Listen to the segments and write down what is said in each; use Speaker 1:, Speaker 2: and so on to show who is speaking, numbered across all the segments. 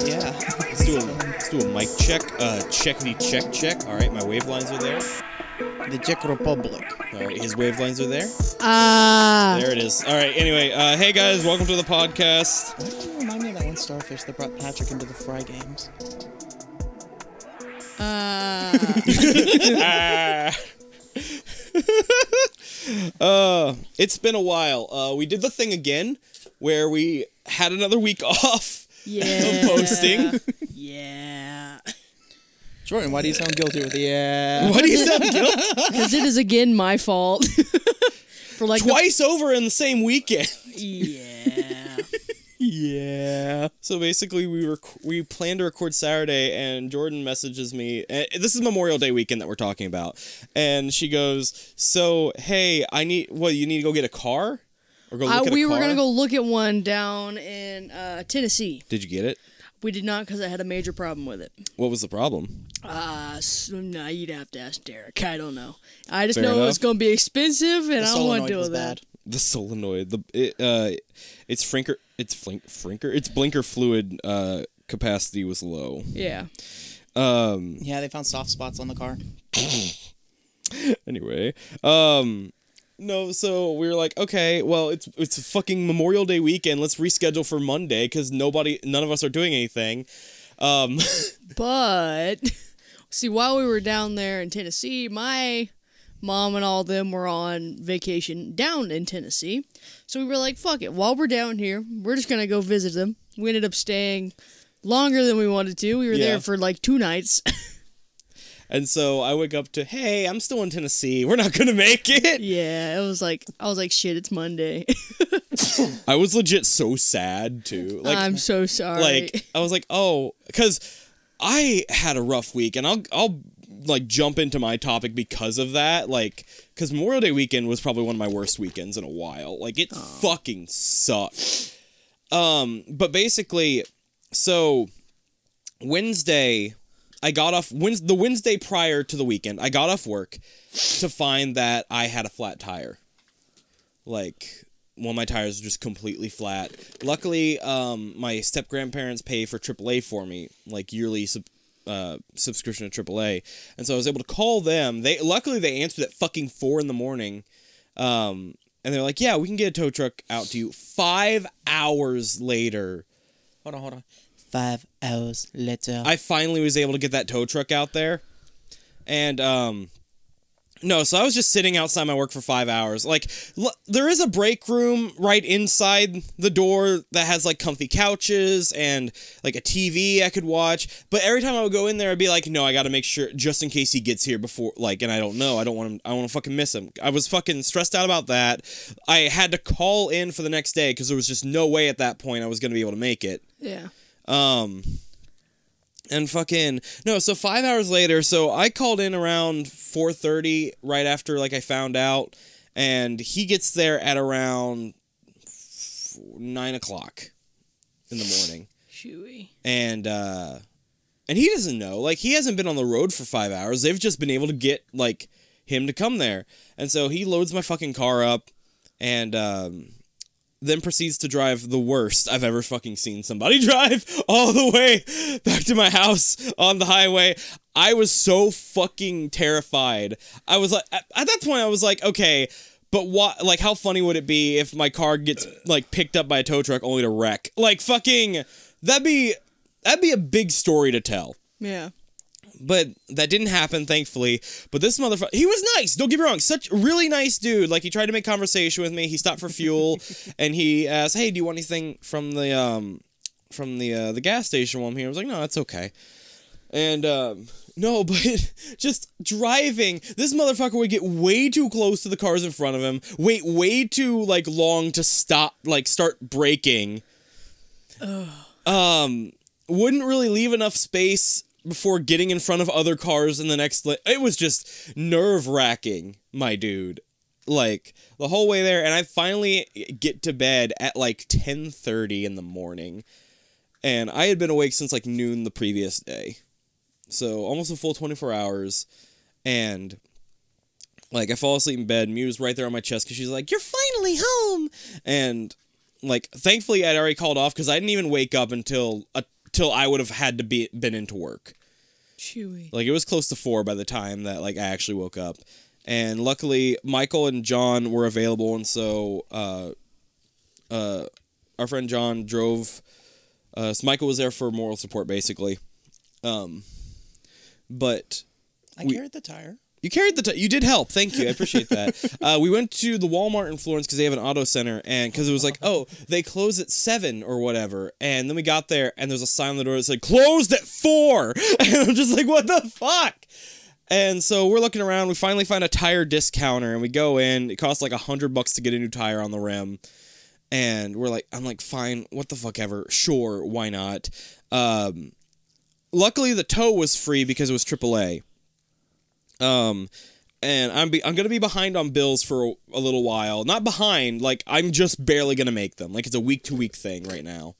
Speaker 1: Yeah. Let's do a let's do a mic check. Uh, checkity check check. All right, my wavelines are there.
Speaker 2: The Czech Republic.
Speaker 1: All right, his wavelines are there.
Speaker 2: Ah.
Speaker 1: There it is. All right. Anyway, uh, hey guys, welcome to the podcast.
Speaker 2: Why do you remind me of that one starfish that brought Patrick into the Fry games? Uh.
Speaker 1: Ah. uh, it's been a while. Uh, we did the thing again, where we had another week off
Speaker 3: Yeah.
Speaker 1: of posting.
Speaker 3: Yeah.
Speaker 2: Jordan, why do you sound guilty with the uh, yeah?
Speaker 1: What do you sound guilty?
Speaker 3: Because it is again my fault. For like the-
Speaker 1: Twice over in the same weekend.
Speaker 3: yeah.
Speaker 2: Yeah.
Speaker 1: So basically, we were we planned to record Saturday, and Jordan messages me. And this is Memorial Day weekend that we're talking about, and she goes, "So hey, I need what you need to go get a car, or go look
Speaker 3: Uh,
Speaker 1: at a
Speaker 3: we were
Speaker 1: car?"
Speaker 3: gonna go look at one down in uh, Tennessee.
Speaker 1: Did you get it?
Speaker 3: We did not because I had a major problem with it.
Speaker 1: What was the problem?
Speaker 3: Uh, so, nah, you'd have to ask Derek. I don't know. I just
Speaker 1: Fair
Speaker 3: know
Speaker 1: enough.
Speaker 3: it's gonna be expensive, and
Speaker 2: The
Speaker 3: I don't want
Speaker 2: solenoid
Speaker 3: to deal
Speaker 2: was
Speaker 3: with that.
Speaker 2: bad.
Speaker 1: The solenoid. The it, uh, it's frinker. It's flink frinker. It's blinker fluid uh capacity was low.
Speaker 3: Yeah.
Speaker 1: Um.
Speaker 2: Yeah, they found soft spots on the car.
Speaker 1: Anyway. Um. No, so we were like, okay, well, it's it's fucking Memorial Day weekend. Let's reschedule for Monday because nobody, none of us are doing anything. Um,
Speaker 3: But see, while we were down there in Tennessee, my mom and all them were on vacation down in Tennessee. So we were like, fuck it, while we're down here, we're just gonna go visit them. We ended up staying longer than we wanted to. We were
Speaker 1: Yeah.
Speaker 3: there for like two nights.
Speaker 1: and so I wake up to, hey, I'm still in Tennessee. We're not gonna make it.
Speaker 3: yeah, it was like I was like, shit, it's Monday.
Speaker 1: I was legit so sad too. Like
Speaker 3: I'm so sorry.
Speaker 1: like I was like, oh, because I had a rough week, and I'll I'll like jump into my topic because of that, like because Memorial Day weekend was probably one of my worst weekends in a while. Like it fucking sucked. Um, but basically, so Wednesday. I got off Wednes the Wednesday prior to the weekend. I got off work to find that I had a flat tire like one of my tires was just completely flat. Luckily, um, my step grandparents pay for AAA for me, like yearly sub- uh, subscription to AAA, and so I was able to call them. They luckily they answered at fucking four in the morning, um, and they're like, "Yeah, we can get a tow truck out to you." Five hours later,
Speaker 2: Hold on, hold on. Five hours later.
Speaker 1: I finally was able to get that tow truck out there. And um no, so I was just sitting outside my work for 5 hours. Like l- there is a break room right inside the door that has like comfy couches and like a TV I could watch, but every time I would go in there I'd be like, "No, I got to make sure just in case he gets here before like and I don't know. I don't want him I want to fucking miss him." I was fucking stressed out about that. I had to call in for the next day cuz there was just no way at that point I was going to be able to make it.
Speaker 3: yeah.
Speaker 1: Um, and fucking no. So five hours later, so I called in around four thirty, right after like I found out, and he gets there at around f- nine o'clock in the morning,
Speaker 3: Chewy.
Speaker 1: and uh, and he doesn't know. Like he hasn't been on the road for five hours. They've just been able to get like him to come there, and so he loads my fucking car up, and um, then proceeds to drive the worst I've ever fucking seen somebody drive all the way back to my house on the highway. I was so fucking terrified. I was like, at at that point, I was like, okay, but what, like, how funny would it be if my car gets, like, picked up by a tow truck only to wreck? Like, fucking, that'd be, that'd be a big story to tell
Speaker 3: Yeah.
Speaker 1: but that didn't happen, thankfully. But this motherfucker, he was nice. Don't get me wrong, such really nice dude. Like he tried to make conversation with me. He stopped for fuel, and he asked, "Hey, do you want anything from the um from the uh, the gas station while I'm here?" I was like, "No, that's okay." And um, no, but just driving, this motherfucker would get way too close to the cars in front of him. Wait, way too like long to stop, like start braking um wouldn't really leave enough space before getting in front of other cars in the next li- it was just nerve wracking my dude like the whole way there and i finally get to bed at like 10.30 in the morning and i had been awake since like noon the previous day so almost a full 24 hours and like i fall asleep in bed muse right there on my chest because she's like you're finally home and like thankfully I'd already called off because I didn't even wake up until uh, till I would have had to be been into work.
Speaker 3: Chewy.
Speaker 1: Like it was close to four by the time that like I actually woke up, and luckily Michael and John were available, and so uh, uh, our friend John drove. Uh, so Michael was there for moral support basically, um, but
Speaker 2: I
Speaker 1: We-
Speaker 2: carried the tire.
Speaker 1: you carried the. T- you did help. Thank you. I appreciate that. uh, we went to the Walmart in Florence because they have an auto center, and because it was like, oh, they close at seven or whatever. And then we got there, and there's a sign on the door that said closed at four, and I'm just like, what the fuck? And so we're looking around. We finally find a tire discounter, and we go in. It costs like a hundred bucks to get a new tire on the rim, and we're like, I'm like, fine, what the fuck ever, sure, why not? Um, luckily, the tow was free because it was AAA. Um, and I'm be- I'm gonna be behind on bills for a, a little while. Not behind, like I'm just barely gonna make them. Like it's a week to week thing right now.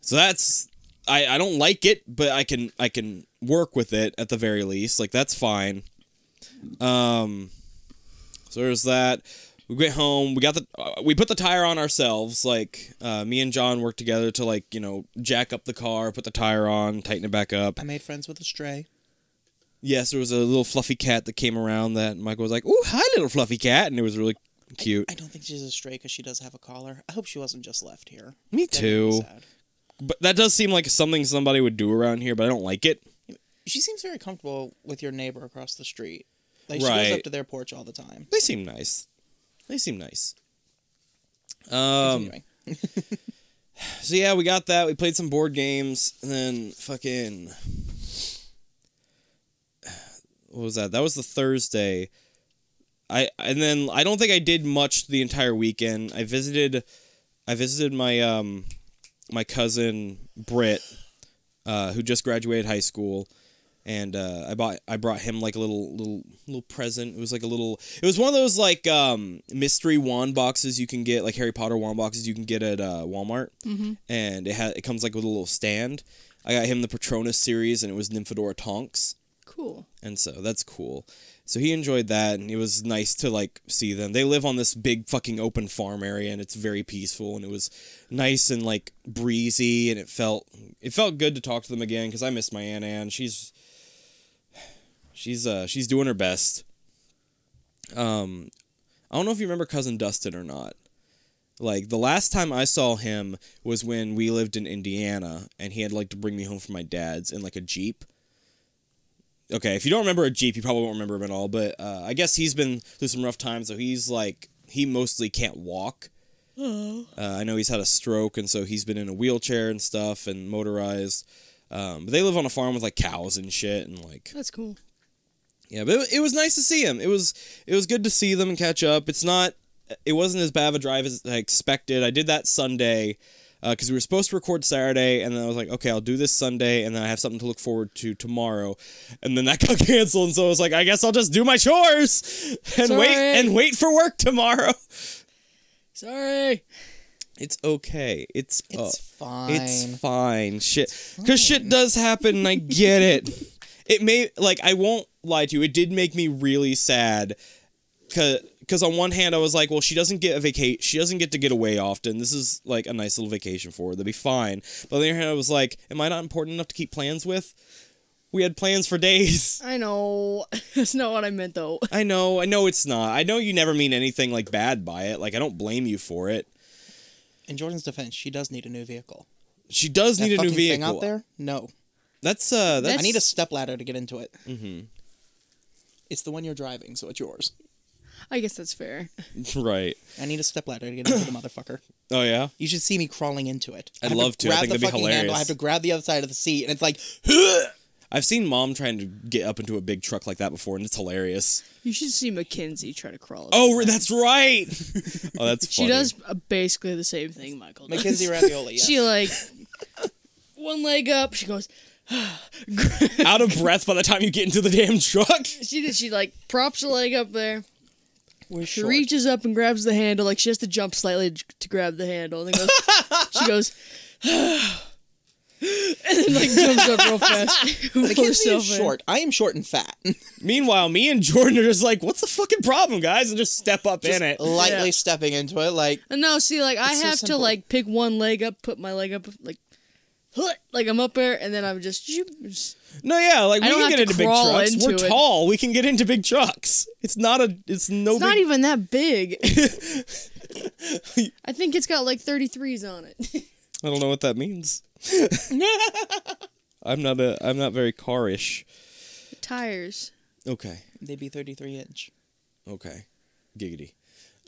Speaker 1: So that's I I don't like it, but I can I can work with it at the very least. Like that's fine. Um, so there's that. We get home. We got the uh, we put the tire on ourselves. Like uh, me and John worked together to like you know jack up the car, put the tire on, tighten it back up.
Speaker 2: I made friends with a stray.
Speaker 1: Yes, there was a little fluffy cat that came around that Michael was like, "Ooh, hi, little fluffy cat," and it was really cute.
Speaker 2: I don't think she's a stray because she does have a collar. I hope she wasn't just left here.
Speaker 1: Me
Speaker 2: That'd make me
Speaker 1: too.
Speaker 2: sad.
Speaker 1: But that does seem like something somebody would do around here, but I don't like it.
Speaker 2: She seems very comfortable with your neighbor across the street. Like she goes
Speaker 1: Right.
Speaker 2: up to their porch all the time.
Speaker 1: They seem nice. They seem nice. Um.
Speaker 2: Anyway,
Speaker 1: So yeah, we got that. We played some board games, and then fucking. What was that? That was the Thursday. I and then I don't think I did much the entire weekend. I visited, I visited my um, my cousin Britt, uh, who just graduated high school, and uh, I bought I brought him like a little little little present. It was like a little. It was one of those like um, mystery wand boxes you can get like Harry Potter wand boxes you can get at uh, Walmart, and it had it comes like with a little stand. I got him the Patronus series, and it was Nymphadora Tonks
Speaker 3: Cool.
Speaker 1: and so that's cool. So he enjoyed that, and it was nice to like see them. They live on this big fucking open farm area, and it's very peaceful, and it was nice and like breezy, and it felt it felt good to talk to them again because I miss my aunt Anne. She's she's uh she's doing her best. Um, I don't know if you remember cousin Dustin or not. Like the last time I saw him was when we lived in Indiana, and he had like to bring me home from my dad's in like a jeep okay, if you don't remember a Jeep, you probably won't remember him at all. But uh, I guess he's been through some rough times, so he's like he mostly can't walk. Uh, I know he's had a stroke, and so he's been in a wheelchair and stuff, and motorized. Um, but they live on a farm with like cows and shit, and like
Speaker 3: That's cool.
Speaker 1: yeah, but it, it was nice to see him. It was it was good to see them and catch up. It's not it wasn't as bad of a drive as I expected. I did that Sunday because we were supposed to record Saturday, and then I was like, okay, I'll do this Sunday, and then I have something to look forward to tomorrow, and then that got canceled, and so I was like, I guess I'll just do my chores and
Speaker 3: Sorry.
Speaker 1: wait and wait for work tomorrow.
Speaker 3: Sorry.
Speaker 1: It's okay. It's
Speaker 2: it's
Speaker 1: uh,
Speaker 2: fine.
Speaker 1: It's fine. Shit. Because shit does happen, and I get it. It may, like, I won't lie to you. It did make me really sad. Because on one hand, I was like, well, she doesn't get a vacation. She doesn't get to get away often. This is, like, a nice little vacation for her. That'd be fine. But on the other hand, I was like, am I not important enough to keep plans with? We had plans for days.
Speaker 3: I know. That's not what I meant though.
Speaker 1: I know, I know it's not. I know you never mean anything, like, bad by it. Like, I don't blame you for it.
Speaker 2: In Jordan's defense, she does need a new vehicle.
Speaker 1: She does
Speaker 2: That
Speaker 1: need a new
Speaker 2: fucking
Speaker 1: vehicle.
Speaker 2: thing out there? No.
Speaker 1: That's
Speaker 2: I
Speaker 1: uh that's
Speaker 3: That's-
Speaker 2: need a step ladder to get into it. Mm-hmm. It's the one you're driving, so it's yours.
Speaker 3: I guess that's fair.
Speaker 1: right.
Speaker 2: I need a step ladder to get into the motherfucker.
Speaker 1: Oh yeah.
Speaker 2: You should see me crawling into it.
Speaker 1: I'd
Speaker 2: have
Speaker 1: love to. I
Speaker 2: Grab
Speaker 1: think
Speaker 2: the
Speaker 1: that'd be
Speaker 2: fucking handle.
Speaker 1: hilarious.
Speaker 2: I have to grab the other side of the seat, and it's like,
Speaker 1: I've seen mom trying to get up into a big truck like that before, and it's hilarious.
Speaker 3: You should see Mackenzie try to crawl. up
Speaker 1: Oh,
Speaker 3: there.
Speaker 1: that's right. oh, that's
Speaker 3: she
Speaker 1: funny.
Speaker 3: does uh, basically the same thing Michael does.
Speaker 2: Mackenzie Ravioli. Yes.
Speaker 3: She like one leg up. She goes.
Speaker 1: out of breath by the time you get into the damn truck.
Speaker 3: She did. She like props her leg up there.
Speaker 2: We're
Speaker 3: She
Speaker 2: short.
Speaker 3: reaches up and grabs the handle. Like she has to jump slightly to grab the handle. And then goes. she goes. and like jumps up real fast.
Speaker 2: I can't see is short. I am short and fat.
Speaker 1: Meanwhile, me and Jordan are just like, what's the fucking problem, guys? And just step up in it.
Speaker 2: Lightly
Speaker 3: Yeah.
Speaker 2: stepping into it, like
Speaker 3: No, see, like I
Speaker 2: It's so
Speaker 3: have to
Speaker 2: simple.
Speaker 3: like pick one leg up, put my leg up, like, like I'm up there, and then I'm just, just
Speaker 1: No, yeah, like
Speaker 3: I
Speaker 1: we
Speaker 3: don't
Speaker 1: can
Speaker 3: have
Speaker 1: get
Speaker 3: to
Speaker 1: into big
Speaker 3: crawl
Speaker 1: trucks. We're
Speaker 3: into it.
Speaker 1: tall. We can get into big trucks. It's not a. It's no
Speaker 3: it's
Speaker 1: big.
Speaker 3: not even that big. I think it's got like 33s on it.
Speaker 1: I don't know what that means. I'm not a. I'm not very carish.
Speaker 3: Tires.
Speaker 1: Okay.
Speaker 2: they'd be thirty-three inch.
Speaker 1: Okay. Giggity.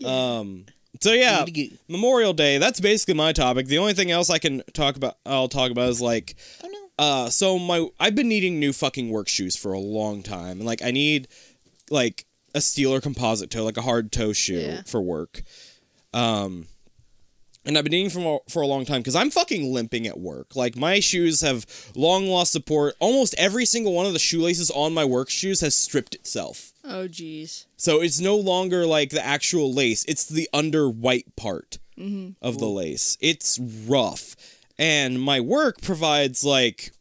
Speaker 1: Um. So yeah,
Speaker 2: Giggity goo.
Speaker 1: Memorial Day. That's basically my topic. The only thing else I can talk about, I'll talk about is like,
Speaker 2: Oh no!
Speaker 1: uh. So my, I've been needing new fucking work shoes for a long time, and like I need, like a steel or composite toe, like a hard toe shoe
Speaker 3: Yeah.
Speaker 1: for work. Um. And I've been needing for for a long time because I'm fucking limping at work. Like my shoes have long lost support. Almost every single one of the shoelaces on my work shoes has stripped itself.
Speaker 3: Oh, jeez.
Speaker 1: So it's no longer like the actual lace, it's the under white part of the lace. It's rough. And my work provides like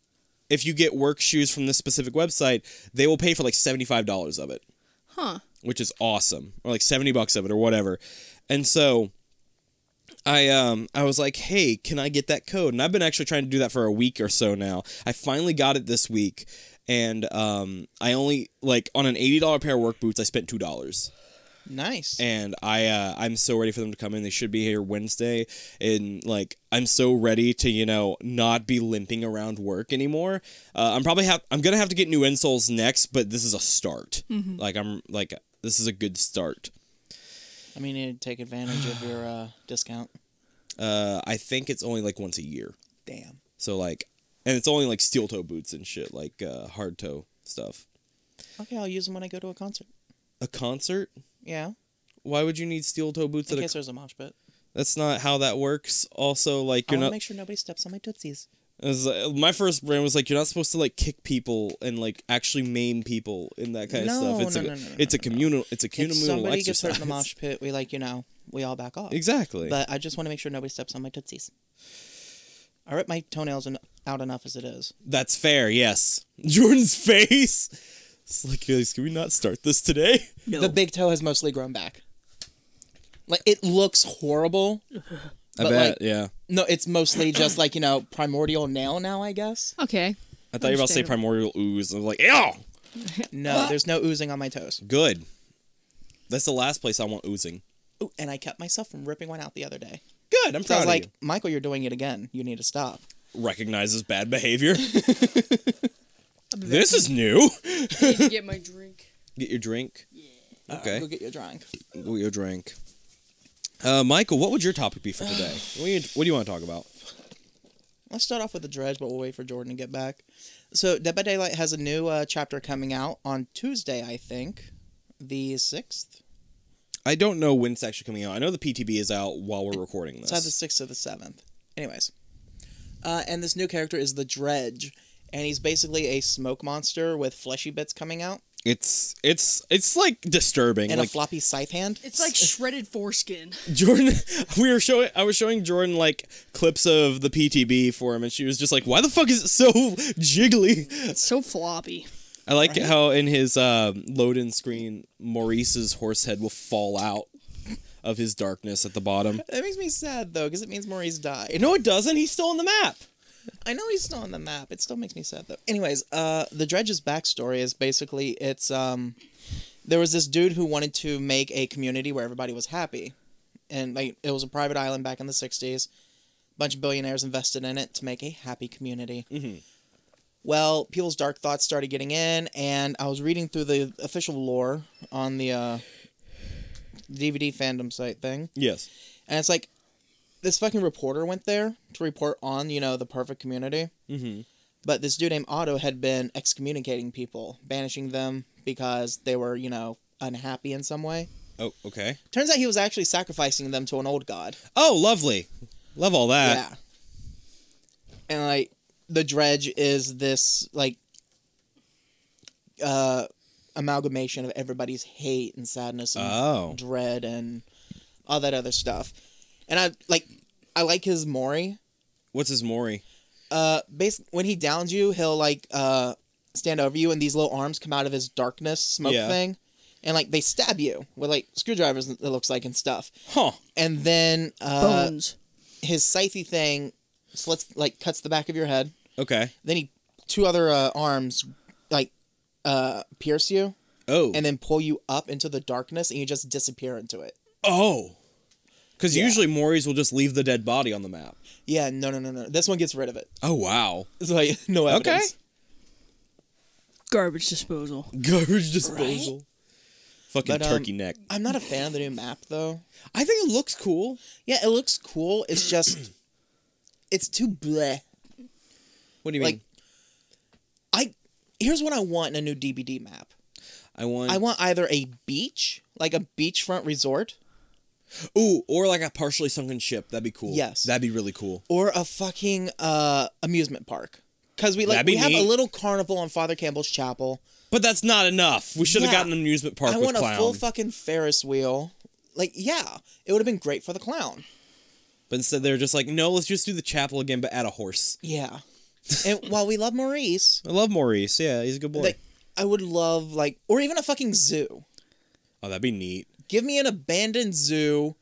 Speaker 1: if you get work shoes from this specific website, they will pay for like $75 of it,
Speaker 3: Huh.
Speaker 1: which is awesome. Or like 70 bucks of it or whatever. And so I um I was like, "Hey, can I get that code?" And I've been actually trying to do that for a week or so now. I finally got it this week, and um I only like on an eighty dollar pair of work boots, I spent two dollars,
Speaker 2: Nice.
Speaker 1: and I uh, I'm so ready for them to come in. They should be here Wednesday, and like I'm so ready to you know not be limping around work anymore. Uh, I'm probably have I'm gonna have to get new insoles next, but this is a start. Like I'm like this is a good start.
Speaker 2: I mean, you take advantage of your uh, discount.
Speaker 1: Uh, I think it's only like once a year.
Speaker 2: Damn.
Speaker 1: So like, and it's only like steel toe boots and shit, like uh, hard toe stuff.
Speaker 2: Okay, I'll use them when I go to a concert.
Speaker 1: A concert?
Speaker 2: Yeah,
Speaker 1: Why would you need steel toe boots
Speaker 2: in
Speaker 1: at a?
Speaker 2: case there's a mosh pit.
Speaker 1: That's not how that works. Also, like
Speaker 2: I
Speaker 1: you're
Speaker 2: want to
Speaker 1: not.
Speaker 2: make sure nobody steps on my tootsies.
Speaker 1: it was, uh, my first brain was like you're not supposed to like kick people and like actually maim people and that kind
Speaker 2: No,
Speaker 1: of stuff. It's
Speaker 2: no,
Speaker 1: a
Speaker 2: no, no, no,
Speaker 1: it's a
Speaker 2: no, no.
Speaker 1: communal it's a
Speaker 2: If
Speaker 1: communal
Speaker 2: somebody gets
Speaker 1: exercise.
Speaker 2: hurt in the mosh pit, we like you know we all back off.
Speaker 1: exactly.
Speaker 2: But I just want to make sure nobody steps on my tootsies. I rip my toenails en- out enough as it is.
Speaker 1: That's fair. Yes. Jordan's face. It's like, guys, can we not start this today?
Speaker 3: No.
Speaker 2: The big toe has mostly grown back. Like it looks horrible.
Speaker 1: I
Speaker 2: But,
Speaker 1: bet.
Speaker 2: like-
Speaker 1: yeah.
Speaker 2: No, it's mostly just like you know primordial nail now. I guess.
Speaker 3: okay.
Speaker 1: I thought you were about to say
Speaker 3: Understandable.
Speaker 1: primordial ooze. and I was like, ew.
Speaker 2: No, there's no oozing on my toes.
Speaker 1: Good. That's the last place I want oozing.
Speaker 2: Ooh, and I kept myself from ripping one out the other day.
Speaker 1: Good. I'm
Speaker 2: So I
Speaker 1: proud
Speaker 2: was
Speaker 1: of
Speaker 2: like, Michael, you're doing it again. You need to stop.
Speaker 1: you. Recognizes bad behavior. this is new.
Speaker 3: I need to get my drink.
Speaker 1: Get your drink. Okay.
Speaker 2: Go get your drink.
Speaker 1: Get your drink. Uh, Michael, what would your topic be for today? what, do you, what do you want to talk about?
Speaker 2: Let's start off with the dredge, but we'll wait for Jordan to get back. So, Dead by Daylight has a new uh, chapter coming out on Tuesday, I think, the sixth.
Speaker 1: I don't know when it's actually coming out. I know the PTB is out while we're recording this.
Speaker 2: It's either the sixth or the seventh. Anyways, uh, and this new character is the Dredge, and he's basically a smoke monster with fleshy bits coming out
Speaker 1: It's it's it's like disturbing.
Speaker 2: and
Speaker 1: like
Speaker 2: a floppy scythe hand.
Speaker 3: It's like shredded foreskin.
Speaker 1: Jordan, we were showing. I was showing Jordan like clips of the PTB for him, and she was just like, "Why the fuck is it so jiggly?"
Speaker 3: It's so floppy.
Speaker 1: I like how in his uh, load-in screen, Maurice's horse head will fall out of his darkness at the bottom.
Speaker 2: that makes me sad though, because it means Maurice died.
Speaker 1: No, it doesn't. He's still on the map.
Speaker 2: I know he's still on the map. It still makes me sad though. Anyways, uh, the Dredge's backstory is basically it's um, there was this dude who wanted to make a community where everybody was happy, and like it was a private island back in the '60s. Bunch of billionaires invested in it to make a happy community. Well, people's dark thoughts started getting in, and I was reading through the official lore on the uh, DVD fandom site thing.
Speaker 1: Yes.
Speaker 2: And it's like, this fucking reporter went there to report on, you know, the perfect community. Mm-hmm. But this dude named Otto had been excommunicating people, banishing them because they were, you know, unhappy in some way.
Speaker 1: Oh, okay.
Speaker 2: Turns out he was actually sacrificing them to an old god.
Speaker 1: Oh, lovely. Love all that.
Speaker 2: yeah. And, like, the dredge is this, like, uh, amalgamation of everybody's hate and sadness and
Speaker 1: Oh.
Speaker 2: dread and all that other stuff. And I like I like his Mori.
Speaker 1: What's his Mori?
Speaker 2: uh basically when he downs you, he'll like uh stand over you and these little arms come out of his darkness smoke
Speaker 1: Yeah.
Speaker 2: thing. And like they stab you with like screwdrivers it looks like and stuff.
Speaker 1: Huh.
Speaker 2: And then uh
Speaker 3: Bones.
Speaker 2: his scythe thing slits like cuts the back of your head.
Speaker 1: Okay.
Speaker 2: Then he two other uh, arms like uh pierce you
Speaker 1: Oh.
Speaker 2: and then pull you up into the darkness and you just disappear into it.
Speaker 1: oh. Because
Speaker 2: Yeah.
Speaker 1: usually Maury's will just leave the dead body on the map.
Speaker 2: Yeah, no no no no. This one gets rid of it.
Speaker 1: Oh wow.
Speaker 2: It's like no
Speaker 1: Okay.
Speaker 2: evidence.
Speaker 3: Garbage disposal.
Speaker 1: Garbage disposal. Fucking
Speaker 2: But, um,
Speaker 1: turkey neck.
Speaker 2: I'm not a fan of the new map though.
Speaker 1: I think it looks cool.
Speaker 2: Yeah, it looks cool. It's just it's too bleh.
Speaker 1: What do you
Speaker 2: Like
Speaker 1: mean?
Speaker 2: I here's what I want in a new DBD map.
Speaker 1: I want.
Speaker 2: I want either a beach, like a beachfront resort,
Speaker 1: Ooh, or like a partially sunken ship. That'd be cool.
Speaker 2: Yes.
Speaker 1: That'd be really cool.
Speaker 2: or a fucking uh amusement park. Cause we like
Speaker 1: That'd be
Speaker 2: we have a
Speaker 1: neat.
Speaker 2: little carnival on Father Campbell's chapel.
Speaker 1: But that's not enough. We should have
Speaker 2: Yeah.
Speaker 1: gotten an amusement park
Speaker 2: I
Speaker 1: with
Speaker 2: want
Speaker 1: clown.
Speaker 2: a full fucking Ferris wheel. Like, yeah, it would have been great for the clown.
Speaker 1: but instead, they're just like, no, let's just do the chapel again, but add a horse.
Speaker 2: Yeah. and while we love Maurice,
Speaker 1: I love Maurice. Yeah, he's a good boy.
Speaker 2: like I would love like or even a fucking zoo.
Speaker 1: oh, that'd be neat.
Speaker 2: Give me an abandoned zoo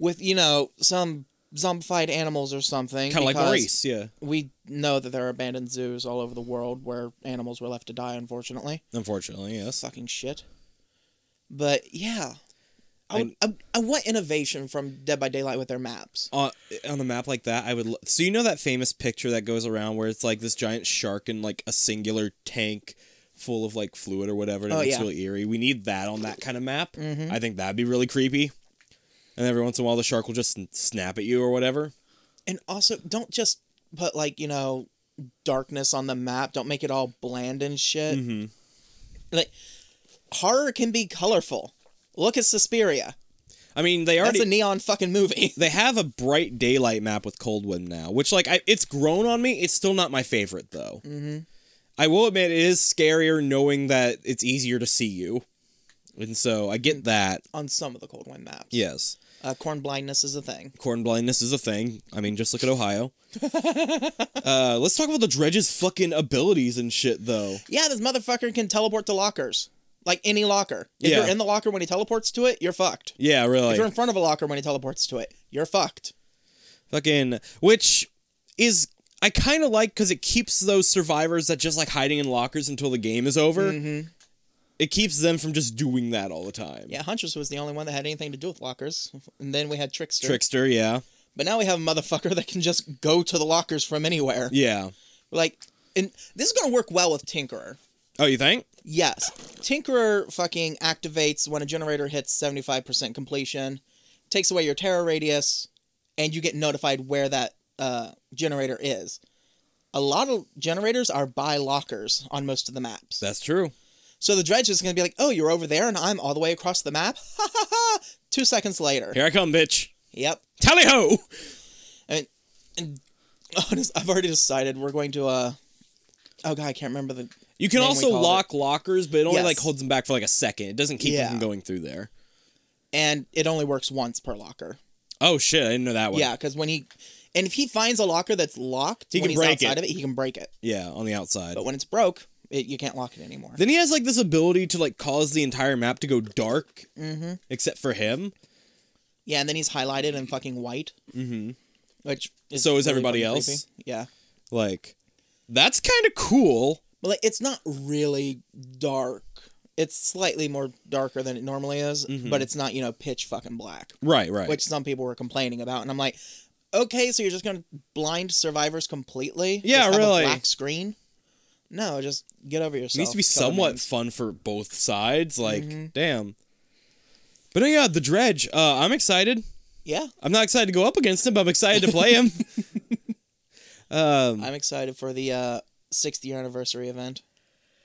Speaker 2: with, you know, some zombified animals or something.
Speaker 1: Kind of like
Speaker 2: because
Speaker 1: Maurice. Yeah.
Speaker 2: We know that there are abandoned zoos all over the world where animals were left to die, unfortunately.
Speaker 1: Unfortunately, yes.
Speaker 2: Fucking shit. But yeah. I, would, I, I want innovation from Dead by Daylight with their maps.
Speaker 1: on Uh, on a map like that, I would. Lo- so you know that famous picture that goes around where it's like this giant shark and like a singular tank full of like fluid or whatever. And
Speaker 2: Oh,
Speaker 1: it looks
Speaker 2: yeah. Mm-hmm.
Speaker 1: really eerie. We need that on that kind of map. I think that'd be really creepy. And every once in a while, the shark will just sn- snap at you or whatever.
Speaker 2: And also, don't just put, like, you know, darkness on the map. Don't make it all bland and shit.
Speaker 1: Mhm.
Speaker 2: Like, horror can be colorful. Look at Suspiria.
Speaker 1: I mean, they already
Speaker 2: That's a neon fucking movie.
Speaker 1: they have a bright daylight map with Coldwind now, which like I, it's grown on me. It's still not my favorite though. Mm-hmm. I will admit it is scarier knowing that it's easier to see you, and so I
Speaker 2: Mm.
Speaker 1: get that.
Speaker 2: on some of the cold wind maps.
Speaker 1: Yes.
Speaker 2: Uh, corn blindness is a thing.
Speaker 1: corn blindness is a thing. I mean, just look at Ohio. uh, let's talk about the dredge's fucking abilities and shit, though.
Speaker 2: Yeah, this motherfucker can teleport to lockers. Like any locker. If
Speaker 1: Yeah.
Speaker 2: you're in the locker when he teleports to it, you're fucked.
Speaker 1: Yeah,
Speaker 2: if
Speaker 1: really.
Speaker 2: you're in front of a locker when he teleports to it, you're fucked.
Speaker 1: Fucking, which is I kind of like because it keeps those survivors that just like hiding in lockers until the game is over. It keeps them from just doing that all the time.
Speaker 2: Mm-hmm. Yeah, Huntress was the only one that had anything to do with lockers. And then we had Trickster.
Speaker 1: Trickster, yeah,
Speaker 2: But now we have a motherfucker that can just go to the lockers from anywhere.
Speaker 1: yeah.
Speaker 2: Like, and this is going to work well with Tinkerer.
Speaker 1: Oh, you think?
Speaker 2: Yes. Tinkerer fucking activates when a generator hits 75% completion, takes away your terror radius, and you get notified where that uh, generator is. A lot of generators are by lockers on most of the maps.
Speaker 1: That's true.
Speaker 2: So the dredge is going to be like, oh, you're over there and I'm all the way across the map? Ha ha ha! Two seconds later.
Speaker 1: Here I come, bitch.
Speaker 2: Yep.
Speaker 1: Tally ho!
Speaker 2: And, and honest, I've already decided we're going to, uh, oh god, I can't remember the,
Speaker 1: You can
Speaker 2: Name we
Speaker 1: also
Speaker 2: called it.
Speaker 1: lock lockers, but it only
Speaker 2: Yes.
Speaker 1: like holds them back for like a second. It doesn't keep
Speaker 2: Yeah.
Speaker 1: them from going through there.
Speaker 2: and it only works once per locker.
Speaker 1: Oh shit! I didn't know that one.
Speaker 2: Yeah, because when he and if he finds a locker that's locked,
Speaker 1: He
Speaker 2: when
Speaker 1: can
Speaker 2: he's
Speaker 1: break
Speaker 2: outside
Speaker 1: it.
Speaker 2: of it, he can break it.
Speaker 1: Yeah, on the outside.
Speaker 2: But when it's broke, it, you can't lock it anymore.
Speaker 1: Then he has like this ability to like cause the entire map to go dark,
Speaker 2: Mm-hmm.
Speaker 1: except for him.
Speaker 2: yeah, and then he's highlighted in fucking white. Mm-hmm. Which is
Speaker 1: So is
Speaker 2: really
Speaker 1: everybody
Speaker 2: fucking
Speaker 1: else.
Speaker 2: creepy. Yeah,
Speaker 1: Like, that's kind of cool.
Speaker 2: but like it's not really dark. It's slightly more darker than it normally is, but it's not you know pitch fucking black,
Speaker 1: Right, Mm-hmm. right.
Speaker 2: which some people were complaining about, and I'm like. Okay, so you're just gonna blind survivors completely?
Speaker 1: Yeah,
Speaker 2: Just have a
Speaker 1: really.
Speaker 2: black screen? No, just get over yourself.
Speaker 1: it needs to be
Speaker 2: Color
Speaker 1: somewhat
Speaker 2: names.
Speaker 1: fun for both sides. Like, damn. But uh, yeah, the dredge. Uh, I'm excited.
Speaker 2: Yeah,
Speaker 1: I'm not excited to go up against him, but I'm excited to play him. um,
Speaker 2: I'm excited for the uh, sixth year anniversary event.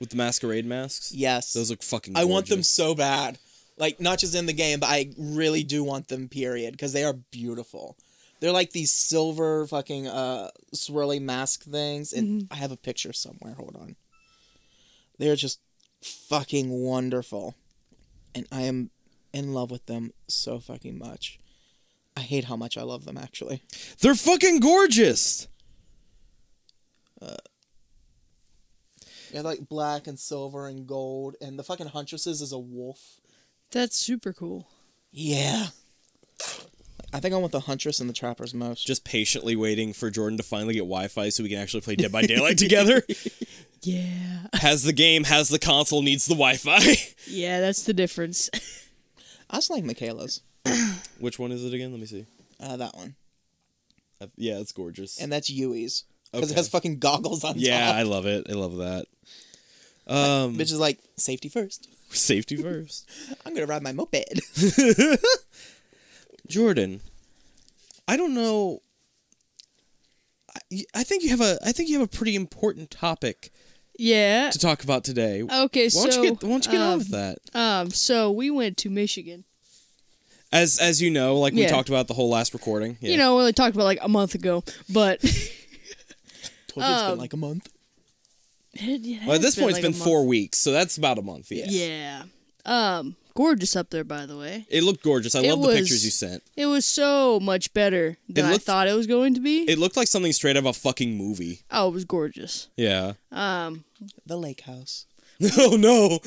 Speaker 1: with the masquerade masks.
Speaker 2: Yes,
Speaker 1: Those look fucking.
Speaker 2: I want them
Speaker 1: gorgeous.
Speaker 2: so bad. Like not just in the game, but I really do want them. Period, because they are beautiful. They're like these silver fucking uh, swirly mask things, and I have a picture somewhere. Hold on, they're just fucking wonderful, and I am in love with them so fucking much. I hate how much I love them. Actually,
Speaker 1: They're fucking gorgeous.
Speaker 2: Yeah, like black and silver and gold, and the fucking huntresses is a wolf.
Speaker 3: That's super cool.
Speaker 2: Yeah. I think I want the huntress and the trappers most.
Speaker 1: Just patiently waiting for Jordan to finally get Wi-Fi so we can actually play Dead by Daylight together.
Speaker 3: Yeah.
Speaker 1: Has the game, has the console, needs the Wi-Fi.
Speaker 3: Yeah, that's the difference.
Speaker 2: I just like Michaela's.
Speaker 1: Which one is it again? Let me see.
Speaker 2: Uh, that one.
Speaker 1: I- Yeah, it's gorgeous.
Speaker 2: And that's Yui's. Because
Speaker 1: Okay.
Speaker 2: it has fucking goggles on
Speaker 1: yeah,
Speaker 2: top.
Speaker 1: I love it. I love that. Um,
Speaker 2: Bitch is like, safety first.
Speaker 1: safety first.
Speaker 2: I'm going to ride my moped.
Speaker 1: Jordan, I don't know. I, I think you have a. I think you have a pretty important topic
Speaker 3: Yeah.
Speaker 1: to talk about today.
Speaker 3: Okay,
Speaker 1: why don't
Speaker 3: Oh, so
Speaker 1: you get, why don't you get on
Speaker 3: um,
Speaker 1: with that?
Speaker 3: Um, so we went to Michigan.
Speaker 1: As as you know, like we
Speaker 3: yeah.
Speaker 1: talked about the whole last recording. Yeah.
Speaker 3: You know, we only talked about like a month ago, but
Speaker 2: Told you it's
Speaker 3: Um,
Speaker 2: been like a month.
Speaker 3: It- it
Speaker 1: Well, at
Speaker 3: has
Speaker 1: this point,
Speaker 3: like,
Speaker 1: it's
Speaker 3: a
Speaker 1: been
Speaker 3: month.
Speaker 1: four weeks, so that's about a month. Yeah.
Speaker 3: Yeah. Um, gorgeous up there, by the way.
Speaker 1: It looked gorgeous. I
Speaker 3: It
Speaker 1: love the pictures
Speaker 3: was-
Speaker 1: you sent.
Speaker 3: It was so much better than
Speaker 1: looked-
Speaker 3: I thought it was going to be.
Speaker 1: It looked like something straight out of a fucking movie.
Speaker 3: oh, it was gorgeous.
Speaker 1: Yeah.
Speaker 3: Um,
Speaker 2: The lake house.
Speaker 1: No, no.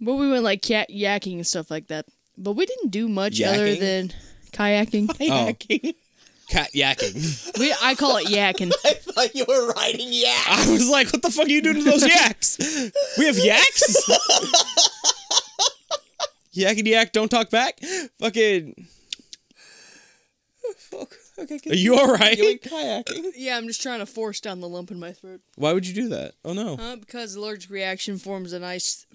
Speaker 3: but we went like yak- yakking and stuff like that. But we didn't do much other
Speaker 1: Yakking? Oh.
Speaker 3: than kayaking.
Speaker 2: Kayaking.
Speaker 1: Cat yakking.
Speaker 3: we I call it yakking.
Speaker 2: I thought you were riding yak.
Speaker 1: I was like, what the fuck are you doing to those yaks? We have yaks? Yakety yak, don't talk back. Fucking.
Speaker 2: Okay,
Speaker 1: Are you alright?
Speaker 2: You went kayaking.
Speaker 3: yeah, I'm just trying to force down the lump in my throat.
Speaker 1: Why would you do that? Oh no.
Speaker 3: Uh, because allergic reaction forms a nice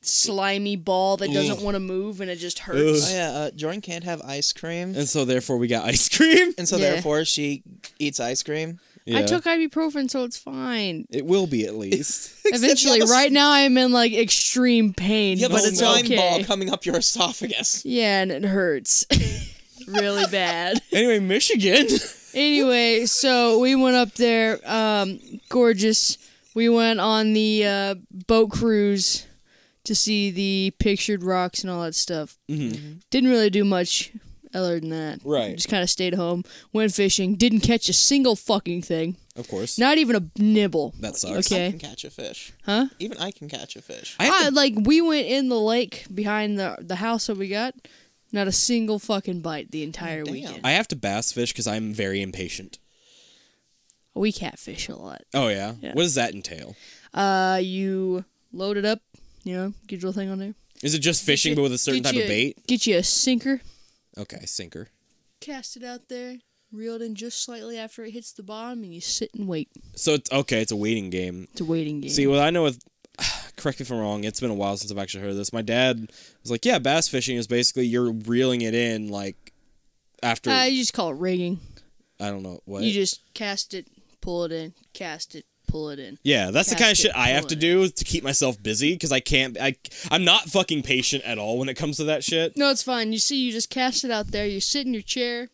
Speaker 3: slimy ball that doesn't want to move and it just hurts.
Speaker 2: Oh, yeah, uh, Jordan can't have ice cream.
Speaker 1: And so therefore we got ice cream.
Speaker 2: And so
Speaker 3: Yeah.
Speaker 2: therefore she eats ice cream.
Speaker 1: Yeah.
Speaker 3: I took ibuprofen, so it's fine.
Speaker 1: It will be at least.
Speaker 3: Eventually,
Speaker 2: have a-
Speaker 3: right now I'm in like extreme pain,
Speaker 2: You have
Speaker 3: but
Speaker 2: a
Speaker 3: it's
Speaker 2: slime
Speaker 3: okay.
Speaker 2: ball coming up your esophagus.
Speaker 3: Yeah, and it hurts really bad.
Speaker 1: anyway, Michigan.
Speaker 3: Anyway, so we went up there. Um, gorgeous. We went on the uh, boat cruise to see the pictured rocks and all that stuff. Mm-hmm.
Speaker 1: Mhm.
Speaker 3: Didn't really do much other than that.
Speaker 1: Right.
Speaker 3: Just kind of stayed home, went fishing, didn't catch a single fucking thing.
Speaker 1: Of course.
Speaker 3: Not even a nibble.
Speaker 1: That sucks.
Speaker 3: Okay.
Speaker 2: I can catch a fish.
Speaker 3: Huh?
Speaker 2: Even I can catch a fish.
Speaker 1: I have
Speaker 3: Ah,
Speaker 1: to-
Speaker 3: like we went in the lake behind the the house that we got. Not a single fucking bite the entire
Speaker 2: Damn.
Speaker 3: weekend.
Speaker 1: I have to bass fish because I'm very impatient.
Speaker 3: We catfish a lot.
Speaker 1: Oh yeah?
Speaker 3: Yeah.
Speaker 1: What does that entail?
Speaker 3: Uh, you load it up. You know, get your little thing on there.
Speaker 1: Is it just fishing but with a certain
Speaker 3: Get
Speaker 1: type
Speaker 3: you
Speaker 1: of
Speaker 3: a-
Speaker 1: bait?
Speaker 3: Get you a sinker.
Speaker 1: Okay, sinker.
Speaker 3: Cast it out there. Reel it in just slightly after it hits the bottom, and you sit and wait.
Speaker 1: So it's okay, it's a waiting game.
Speaker 3: It's a waiting game.
Speaker 1: See, what I know with correct me if I'm wrong, it's been a while since I've actually heard of this. My dad was like, Yeah, bass fishing is basically you're reeling it in like after
Speaker 3: uh, you just call it rigging.
Speaker 1: I don't know what
Speaker 3: You just cast it, pull it in, cast it, pull it in.
Speaker 1: yeah, that's the kind of
Speaker 3: cast
Speaker 1: shit
Speaker 3: it,
Speaker 1: I have
Speaker 3: pull
Speaker 1: to
Speaker 3: it.
Speaker 1: do to keep myself busy because I can't. I I'm not fucking patient at all when it comes to that shit.
Speaker 3: No, it's fine. You see, you just cast it out there. You sit in your chair.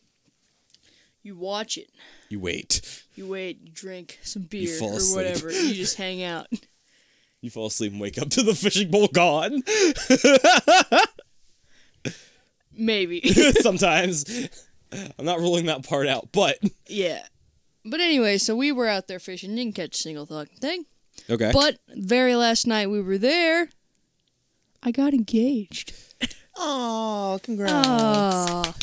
Speaker 3: You watch it.
Speaker 1: You wait,
Speaker 3: You wait. You drink some beer
Speaker 1: fall
Speaker 3: or
Speaker 1: asleep.
Speaker 3: whatever. You just hang out.
Speaker 1: you fall asleep and wake up to the fishing pole gone.
Speaker 3: Maybe.
Speaker 1: Sometimes I'm not ruling that part out, but
Speaker 3: yeah. But anyway, so we were out there fishing. Didn't catch a single fucking thing.
Speaker 1: okay.
Speaker 3: But very last night we were there, I got engaged.
Speaker 2: Oh, congrats.
Speaker 3: Ah.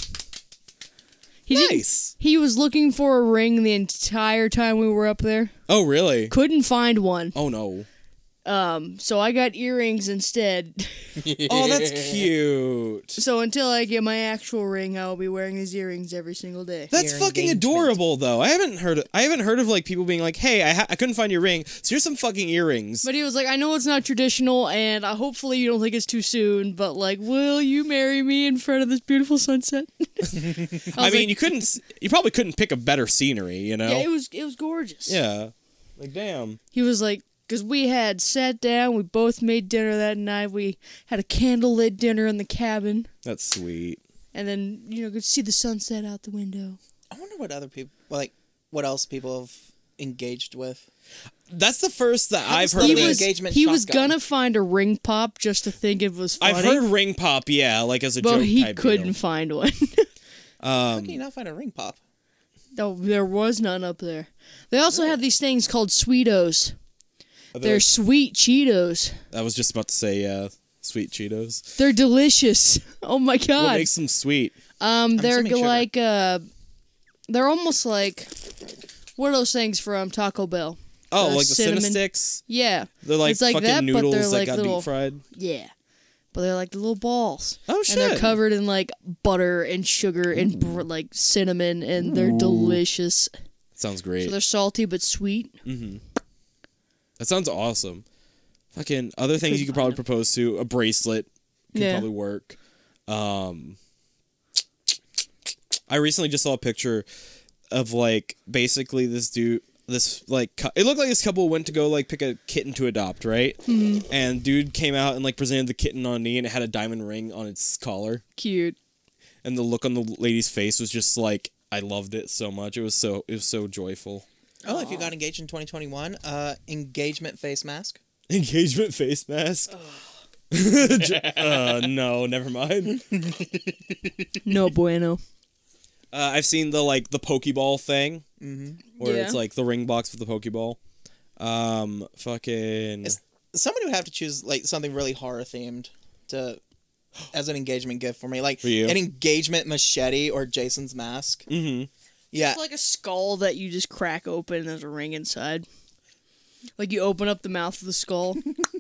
Speaker 3: He didn't,
Speaker 1: nice.
Speaker 3: he was looking for a ring the entire time we were up there.
Speaker 1: Oh really?
Speaker 3: Couldn't find one.
Speaker 1: Oh no.
Speaker 3: Um, so I got earrings instead.
Speaker 1: Oh, that's cute.
Speaker 3: so until I get my actual ring, I will be wearing his earrings every single day.
Speaker 1: That's
Speaker 2: your
Speaker 1: fucking
Speaker 2: engagement.
Speaker 1: adorable, though. I haven't heard. I haven't heard of like people being like, "Hey, I, ha- I couldn't find your ring, so here's some fucking earrings."
Speaker 3: But he was like, I know it's not traditional, and uh, hopefully you don't think it's too soon, but like, will you marry me in front of this beautiful sunset?
Speaker 1: I, mean, you couldn't. s- You probably couldn't pick a better scenery, you know?
Speaker 3: yeah, it was it was gorgeous.
Speaker 1: Yeah. Like, damn.
Speaker 3: He was like, because we had sat down, we both made dinner that night. We had a candlelit dinner in the cabin,
Speaker 1: That's sweet.
Speaker 3: and then you know could see the sunset out the window.
Speaker 2: I wonder what other people like. What else people have engaged with?
Speaker 1: That's the first that I've
Speaker 2: does
Speaker 1: heard.
Speaker 2: the
Speaker 3: He
Speaker 1: Of
Speaker 2: ring-
Speaker 1: this.
Speaker 3: was
Speaker 2: engagement
Speaker 3: he was
Speaker 2: shotgun.
Speaker 3: gonna find a ring pop just to think it was funny,
Speaker 1: I've heard ring pop, yeah, like as a
Speaker 3: but
Speaker 1: joke.
Speaker 3: he
Speaker 1: type
Speaker 3: couldn't
Speaker 1: deal.
Speaker 3: find one.
Speaker 1: Um,
Speaker 2: How can you not find a ring pop?
Speaker 3: No, there was none up there. They also have these things called Sweetos. They're sweet Cheetos.
Speaker 1: I was just about to say uh, sweet Cheetos.
Speaker 3: They're delicious. Oh my
Speaker 1: What
Speaker 3: god.
Speaker 1: makes them sweet?
Speaker 3: Um, they're
Speaker 2: assuming sugar.
Speaker 3: like uh, they're almost like what are those things from Taco Bell?
Speaker 1: Oh,
Speaker 3: Uh,
Speaker 1: like the cinnamon.
Speaker 3: cinnamon.
Speaker 1: sticks.
Speaker 3: Yeah,
Speaker 1: They're like
Speaker 3: It's like
Speaker 1: fucking
Speaker 3: that, but they're
Speaker 1: noodles that
Speaker 3: like
Speaker 1: got
Speaker 3: little-
Speaker 1: deep fried.
Speaker 3: yeah, but they're like the little balls.
Speaker 1: Oh shit!
Speaker 3: And they're covered in like butter and sugar and br- like cinnamon, and they're delicious.
Speaker 1: Sounds great. Mm,
Speaker 3: So they're salty but sweet.
Speaker 1: that sounds awesome. Fucking other things
Speaker 3: could
Speaker 1: you could
Speaker 3: find
Speaker 1: probably propose to a bracelet could
Speaker 3: Yeah.
Speaker 1: probably work. Um, I recently just saw a picture of like basically this dude, this like cou- it looked like this couple went to go like pick a kitten to adopt, right? And dude came out and like presented the kitten on a knee, and it had a diamond ring on its collar,
Speaker 3: Cute.
Speaker 1: and the look on the lady's face was just like I loved it so much. It was so it was so joyful.
Speaker 2: Oh, if you got engaged in 2021, uh, engagement face mask.
Speaker 1: Engagement face mask. J- uh, no, never mind.
Speaker 3: No bueno.
Speaker 1: Uh, I've seen the like the Pokeball thing, where it's
Speaker 3: Mm-hmm. Yeah.
Speaker 1: like the ring box with the Pokeball. Um, fucking.
Speaker 2: It's- Somebody would have to choose like something really horror themed to as an engagement gift for me, like
Speaker 1: For you?
Speaker 2: an engagement machete or Jason's mask.
Speaker 1: hmm
Speaker 2: Yeah,
Speaker 3: It's like a skull that you just crack open and there's a ring inside. Like you open up the mouth of the skull,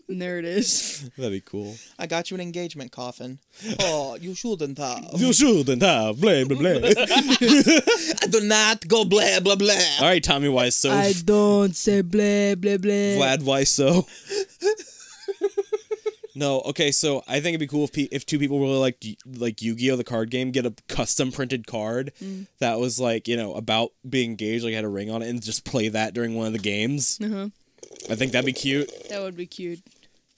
Speaker 3: and there it is.
Speaker 1: That'd be cool.
Speaker 2: I got you an engagement coffin. Oh, you shouldn't have.
Speaker 1: You shouldn't have. Blah blah blah.
Speaker 2: I do not go blah blah blah.
Speaker 1: All right, Tommy Wiseau,
Speaker 3: I don't say blah blah blah.
Speaker 1: Vlad Wiseau. no, okay. So I think it'd be cool if pe- if two people really liked y- like Yu Gi Oh the card game, get a custom printed card that was like you know about being engaged, like had a ring on it, and just play that during one of the games.
Speaker 3: Uh-huh.
Speaker 1: I think that'd be cute.
Speaker 3: That would be cute.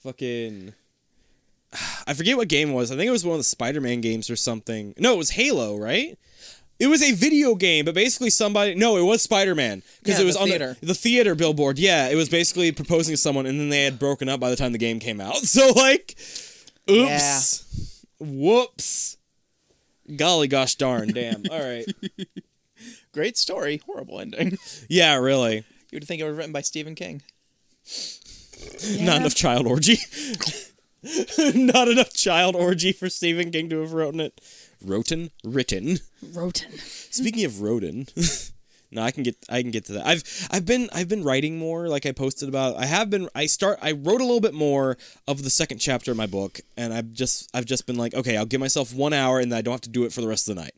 Speaker 1: fucking I forget what game it was. I think it was one of the Spider-Man games or something. No, it was Halo, right? It was a video game, but basically somebody No, it was Spider-Man because
Speaker 2: Yeah,
Speaker 1: it was
Speaker 2: the
Speaker 1: on
Speaker 2: theater.
Speaker 1: The, the theater billboard. Yeah, it was basically proposing to someone and then they had broken up by the time the game came out. So like oops. Whoops. Golly gosh darn, damn. All right.
Speaker 2: Great story, horrible ending.
Speaker 1: Yeah, really.
Speaker 2: You would think it was written by Stephen King.
Speaker 1: Not enough child orgy. Not enough child orgy for Stephen King to have written it. Written, written.
Speaker 3: Roten.
Speaker 1: Speaking of Rodin, no, I can get I can get to that. I've I've been I've been writing more, like I posted about. I have been I start I wrote a little bit more of the second chapter of my book, and I've just I've just been like, okay, I'll give myself one hour, and then I don't have to do it for the rest of the night,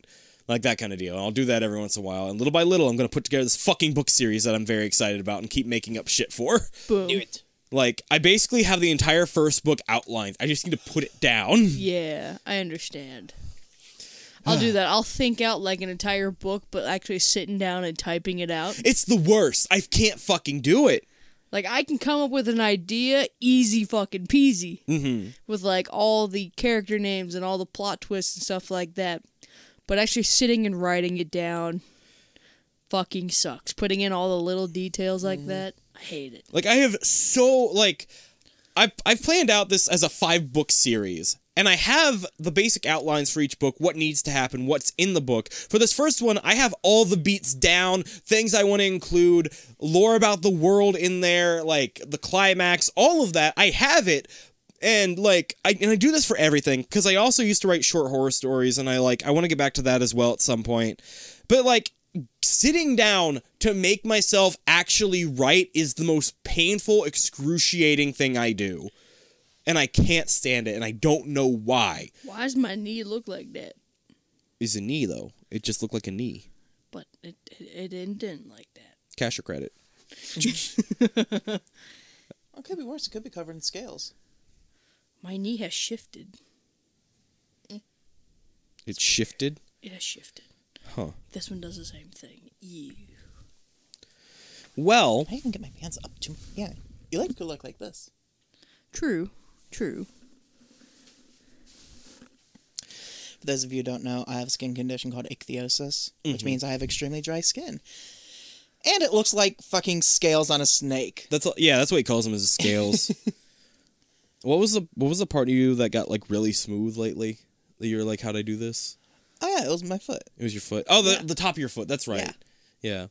Speaker 1: like that kind of deal. And I'll do that every once in a while, and little by little, I'm gonna put together this fucking book series that I'm very excited about and keep making up shit for.
Speaker 3: Boom.
Speaker 1: Like I basically have the entire first book outlined. I just need to put it down.
Speaker 3: Yeah, I understand. I'll do that. I'll think out like an entire book, but actually sitting down and typing it out.
Speaker 1: It's the worst. I can't fucking do it.
Speaker 3: Like I can come up with an idea, easy fucking peasy, with like all the character names and all the plot twists and stuff like that. But actually sitting and writing it down, fucking sucks. Putting in all the little details like that, I hate it.
Speaker 1: Like I have so like I I've planned out this as a five book series. And I have the basic outlines for each book, what needs to happen, what's in the book. For this first one, I have all the beats down, things I want to include, lore about the world in there, like the climax, all of that. I have it. And like I and I do this for everything because I also used to write short horror stories and I like I want to get back to that as well at some point. But like sitting down to make myself actually write is the most painful, excruciating thing I do. And I can't stand it, and I don't know why.
Speaker 3: Why does my knee look like that?
Speaker 1: Is a knee though. It just looked like a knee.
Speaker 3: But it it, it didn't like that.
Speaker 1: Cash or credit.
Speaker 2: It could be worse. It could be covered in scales.
Speaker 3: My knee has shifted.
Speaker 1: It shifted.
Speaker 3: It has shifted.
Speaker 1: Huh.
Speaker 3: This one does the same thing. Ew.
Speaker 1: Well,
Speaker 2: I even get my pants up to yeah. You like to look like this.
Speaker 3: True. True.
Speaker 2: For those of you who don't know, I have a skin condition called ichthyosis, which means I have extremely dry skin. And it looks like fucking scales on a snake.
Speaker 1: that's yeah, that's what he calls them is scales. what was the what was the part of you that got like really smooth lately? That you were like, how'd I do this?
Speaker 2: Oh yeah, it was my foot.
Speaker 1: It was your foot. Oh, the, the top of your foot. That's right.
Speaker 2: Yeah.
Speaker 1: Yeah.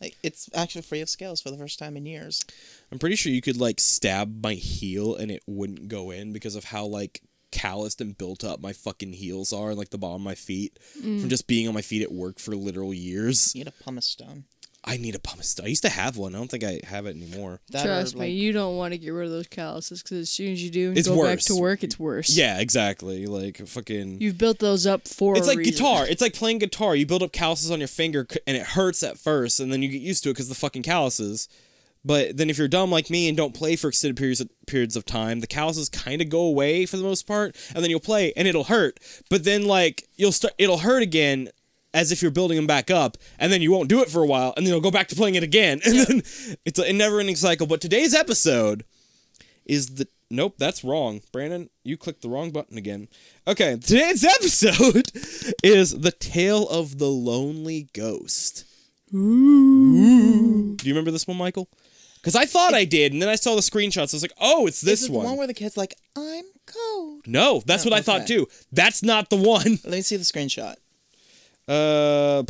Speaker 2: Like it's actually free of scales for the first time in years.
Speaker 1: I'm pretty sure you could like stab my heel and it wouldn't go in because of how like calloused and built up my fucking heels are and like the bottom of my feet from just being on my feet at work for literal years.
Speaker 2: You need a pumice stone.
Speaker 1: I need a pumice. stone. I used to have one. I don't think I have it anymore.
Speaker 2: That or,
Speaker 3: Trust me,
Speaker 2: like-
Speaker 3: you don't want to get rid of those calluses because as soon as you do and
Speaker 1: It's
Speaker 3: go back to
Speaker 1: worse.
Speaker 3: work, it's worse.
Speaker 1: Yeah, exactly. Like fucking
Speaker 3: You've built those up for
Speaker 1: It's
Speaker 3: a
Speaker 1: like
Speaker 3: reason.
Speaker 1: guitar. It's like playing guitar. You build up calluses on your finger c- and it hurts at first and then you get used to it cuz the fucking calluses. But then if you're dumb like me and don't play for extended periods of, periods of time, the calluses kind of go away for the most part and then you'll play and it'll hurt. But then like you'll start it'll hurt again as if you're building them back up and then you won't do it for a while and then you'll go back to playing it again. And then it's a never-ending cycle. But today's episode is the nope that's wrong brandon you clicked the wrong button again okay today's episode is the tale of the lonely ghost Ooh. do you remember this one michael because i thought i did and then i saw the screenshots i was like oh it's this
Speaker 2: Is it
Speaker 1: one,
Speaker 2: The one where the kid's like, I'm cold.
Speaker 1: no that's
Speaker 2: No,
Speaker 1: what i
Speaker 2: okay.
Speaker 1: thought too that's not the one
Speaker 2: Let me see the screenshot.
Speaker 1: uh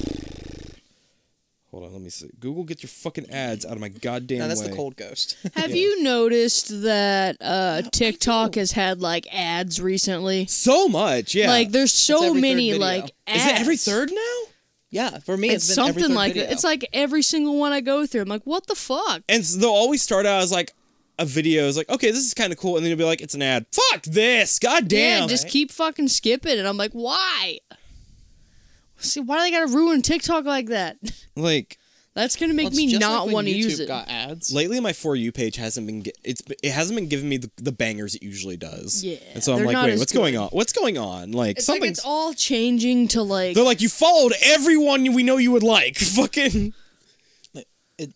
Speaker 1: hold on let me see google get your fucking ads out of my goddamn
Speaker 2: No, that's the
Speaker 1: way.
Speaker 2: cold ghost.
Speaker 3: Have you noticed that uh, TikTok has had like ads recently?
Speaker 1: so much yeah
Speaker 3: Like there's so
Speaker 2: every third
Speaker 3: many
Speaker 2: video.
Speaker 3: like ads.
Speaker 1: is it every third now
Speaker 2: yeah, for me,
Speaker 3: It's,
Speaker 2: it's, been every
Speaker 3: something
Speaker 2: third
Speaker 3: like
Speaker 2: video.
Speaker 3: that. It's like every single one I go through. I'm like, what the fuck?
Speaker 1: and so they'll always start out as like a video is like okay this is kind of cool and then you'll be like it's an ad fuck this god damn
Speaker 3: yeah, just keep fucking skipping. And I'm like, why? See, why do they gotta ruin TikTok like that?
Speaker 1: like
Speaker 3: That's gonna make
Speaker 2: Well, it's
Speaker 3: me
Speaker 2: just
Speaker 3: not
Speaker 2: like when
Speaker 3: want to
Speaker 2: YouTube
Speaker 3: use it.
Speaker 2: Got ads.
Speaker 1: lately my for you page hasn't been ge- it's it hasn't been giving me the, the bangers it usually does
Speaker 3: Yeah,
Speaker 1: and so i'm
Speaker 3: they're
Speaker 1: like
Speaker 3: not
Speaker 1: wait
Speaker 3: as
Speaker 1: what's
Speaker 3: good.
Speaker 1: going on what's going on like
Speaker 3: It's like
Speaker 1: something's
Speaker 3: it's all changing to like.
Speaker 1: they're like you followed everyone we know you would like fucking
Speaker 2: it,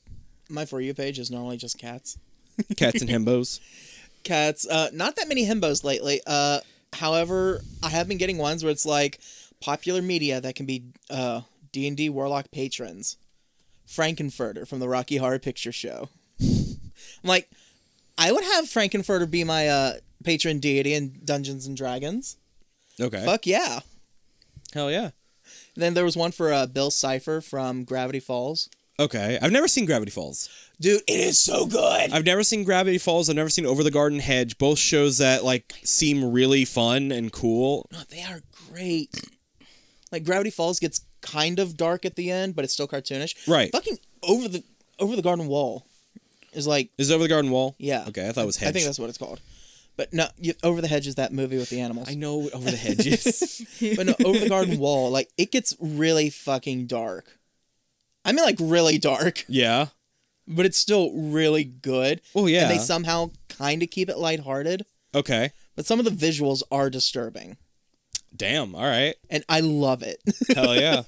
Speaker 2: my for you page is normally just cats.
Speaker 1: cats and himbos
Speaker 2: Cats. Uh, not that many himbos lately. Uh, however, I have been getting ones where it's like popular media that can be uh D and D warlock patrons, Frankenfurter from the Rocky Horror Picture Show. I'm like, I would have Frankenfurter be my uh patron deity in Dungeons and Dragons.
Speaker 1: okay
Speaker 2: Fuck yeah.
Speaker 1: hell yeah
Speaker 2: Then there was one for uh, Bill Cipher from Gravity Falls.
Speaker 1: okay i've never seen gravity falls
Speaker 2: Dude, it is so good.
Speaker 1: I've never seen Gravity Falls. I've never seen Over the Garden Hedge. Both shows that like seem really fun and cool.
Speaker 2: No, they are great. Like Gravity Falls gets kind of dark at the end, but it's still cartoonish.
Speaker 1: Right.
Speaker 2: Fucking over the over the garden wall is like
Speaker 1: Is it Over the Garden Wall?
Speaker 2: yeah.
Speaker 1: Okay, I thought it was Hedge.
Speaker 2: I think that's what it's called. But no, you, over the hedge is that movie with the animals.
Speaker 1: I know over the hedges.
Speaker 2: but no, over the garden wall, like it gets really fucking dark. I mean, like really dark,
Speaker 1: yeah.
Speaker 2: but it's still really good.
Speaker 1: Oh yeah.
Speaker 2: And they somehow kind of keep it lighthearted.
Speaker 1: okay.
Speaker 2: but some of the visuals are disturbing
Speaker 1: Damn. All right.
Speaker 2: and i love it
Speaker 1: Hell yeah.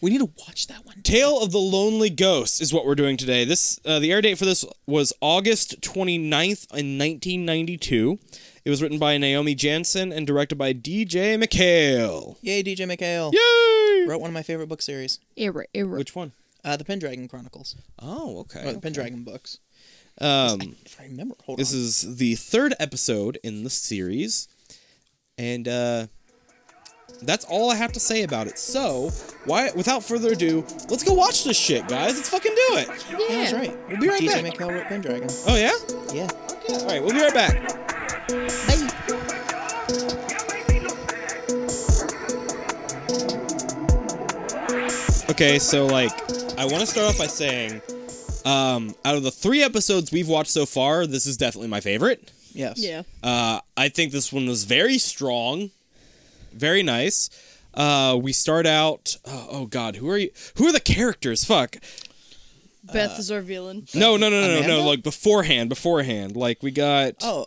Speaker 2: we need to watch that one
Speaker 1: Tale of the Lonely Ghost is what we're doing today. This uh, the air date for this was August 29th in 1992. It was written by Naomi Jansen and directed by DJ McHale.
Speaker 2: yay dj mchale
Speaker 1: Yay!
Speaker 2: wrote one of my favorite book series
Speaker 3: era, era.
Speaker 1: Which one?
Speaker 2: uh, the pendragon chronicles
Speaker 1: Oh,
Speaker 2: or
Speaker 1: okay.
Speaker 2: the pendragon books
Speaker 1: Um,
Speaker 2: if i remember hold
Speaker 1: this
Speaker 2: on
Speaker 1: is the third episode in the series, and uh, that's all I have to say about it. So, why, without further ado, let's go watch this shit, guys. Let's fucking do it.
Speaker 3: yeah,
Speaker 2: yeah, that's right
Speaker 1: We'll be right
Speaker 2: dj
Speaker 1: back.
Speaker 2: mchale wrote pendragon
Speaker 1: Oh yeah.
Speaker 2: yeah
Speaker 1: All right, we'll be right back. Okay, so like, I want to start off by saying, um, out of the three episodes we've watched so far, this is definitely my favorite.
Speaker 2: yes
Speaker 3: Yeah.
Speaker 1: Uh, I think this one was very strong, very nice. Uh, we start out. Oh, oh God, who are you? Who are the characters? Fuck.
Speaker 3: Beth is our villain.
Speaker 1: No, no, no, no, no,
Speaker 2: Amanda?
Speaker 1: no. Like beforehand, beforehand. Like we got
Speaker 2: oh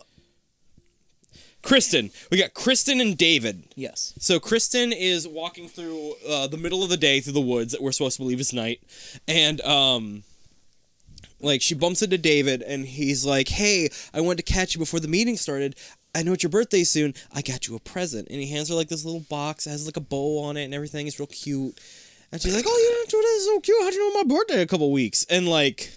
Speaker 1: Kristen. We got Kristen and David.
Speaker 2: yes
Speaker 1: So Kristen is walking through uh, the middle of the day through the woods that we're supposed to believe is night, and um, like she bumps into David, and he's like, "Hey, I wanted to catch you before the meeting started. I know it's your birthday soon. I got you a present." And he hands her like this little box that has like a bow on it and everything. It's real cute, and she's like, "Oh, you didn't do this? So cute. How'd you know my birthday in a couple weeks?" And like,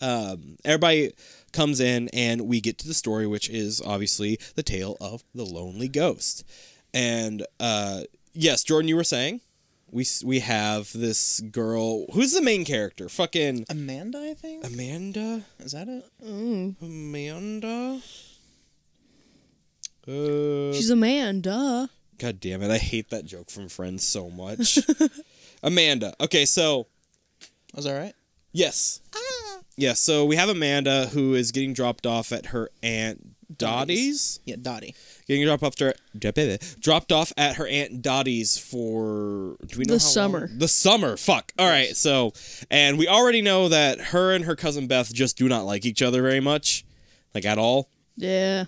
Speaker 1: um, everybody comes in and we get to the story which is obviously the tale of the lonely ghost and uh, yes jordan you were saying we s- we have this girl who's the main character. Fucking
Speaker 2: Amanda, I think.
Speaker 1: Amanda.
Speaker 2: Is that it?
Speaker 1: Amanda. Uh,
Speaker 3: She's a man, duh.
Speaker 1: God damn it! I hate that joke from Friends so much. Amanda. Okay, so
Speaker 2: Was that right?
Speaker 1: yes, yeah. So we have Amanda who is getting dropped off at her aunt Dottie's.
Speaker 2: Dottie's. Yeah, Dottie.
Speaker 1: Getting dropped off to her, eh, dropped off at her aunt Dottie's for do we know how long?
Speaker 3: The summer.
Speaker 1: The summer. Fuck. All right. So, and we already know that her and her cousin Beth just do not like each other very much, like at all.
Speaker 3: Yeah.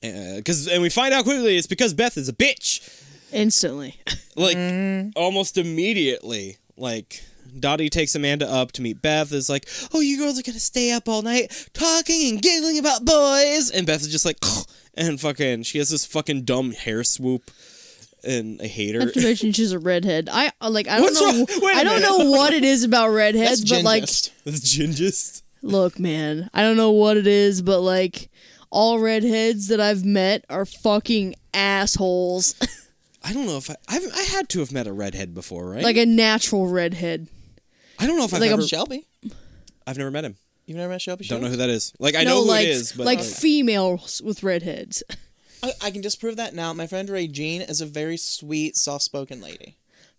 Speaker 1: because and we find out quickly it's because Beth is a bitch.
Speaker 3: Instantly.
Speaker 1: Like
Speaker 3: Mm-hmm.
Speaker 1: almost immediately, like Dottie takes Amanda up to meet Beth. Is like, oh, you girls are gonna stay up all night talking and giggling about boys, and Beth is just like, and fucking, she has this fucking dumb hair swoop, and I hate her.
Speaker 3: Not to mention she's a redhead. I uh, like I don't
Speaker 1: What's wrong-
Speaker 3: know
Speaker 1: wait a
Speaker 3: I don't
Speaker 1: minute.
Speaker 3: know what it is about redheads,
Speaker 2: That's
Speaker 3: but like
Speaker 2: gingest.
Speaker 1: That's gingest.
Speaker 3: look, man, I don't know what it is, but like all redheads that I've met are fucking assholes.
Speaker 1: I don't know if I I've, I had to have met a redhead before, right?
Speaker 3: like a natural redhead.
Speaker 1: I don't know if I've
Speaker 3: like a-
Speaker 1: ever,
Speaker 2: Shelby.
Speaker 1: I've never met him.
Speaker 2: You've never met Shelby.
Speaker 1: Don't
Speaker 2: Shelby?
Speaker 1: know who that is. Like I
Speaker 3: no,
Speaker 1: know who
Speaker 3: like
Speaker 1: it is, but
Speaker 3: like
Speaker 1: like,
Speaker 3: females with redheads.
Speaker 2: I, I can disprove that now. My friend Ray Jean is a very sweet, soft-spoken lady.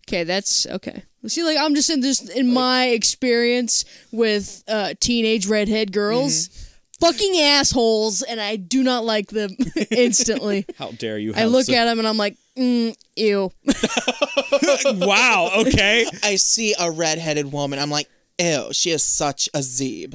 Speaker 3: Okay, that's okay. See, like I'm just saying this in my experience with uh, teenage redhead girls,
Speaker 1: Mm-hmm.
Speaker 3: fucking assholes, and I do not like them instantly.
Speaker 1: how dare you?
Speaker 3: I
Speaker 1: have
Speaker 3: look
Speaker 1: such-
Speaker 3: at them and I'm like, mm, ew.
Speaker 1: wow. Okay.
Speaker 2: I see a redheaded woman. I'm like, ew, she is such a zeeb.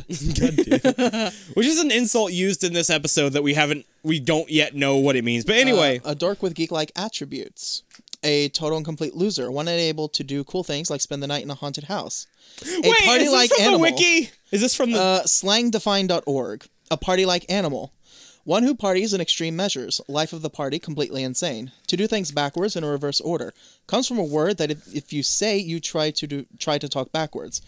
Speaker 1: Which is an insult used in this episode that we haven't, we don't yet know what it means. But anyway,
Speaker 2: a dork with geek-like attributes. A total and complete loser, one unable to do cool things like spend the night in a haunted house. A
Speaker 1: wait, is this
Speaker 2: party-like
Speaker 1: from
Speaker 2: animal.
Speaker 1: the wiki? Is this from the?
Speaker 2: Uh, slangdefined.org. A party like animal. One who parties in extreme measures. Life of the party completely insane. To do things backwards in a reverse order. Comes from a word that if, if you say, you try to do, try to talk backwards.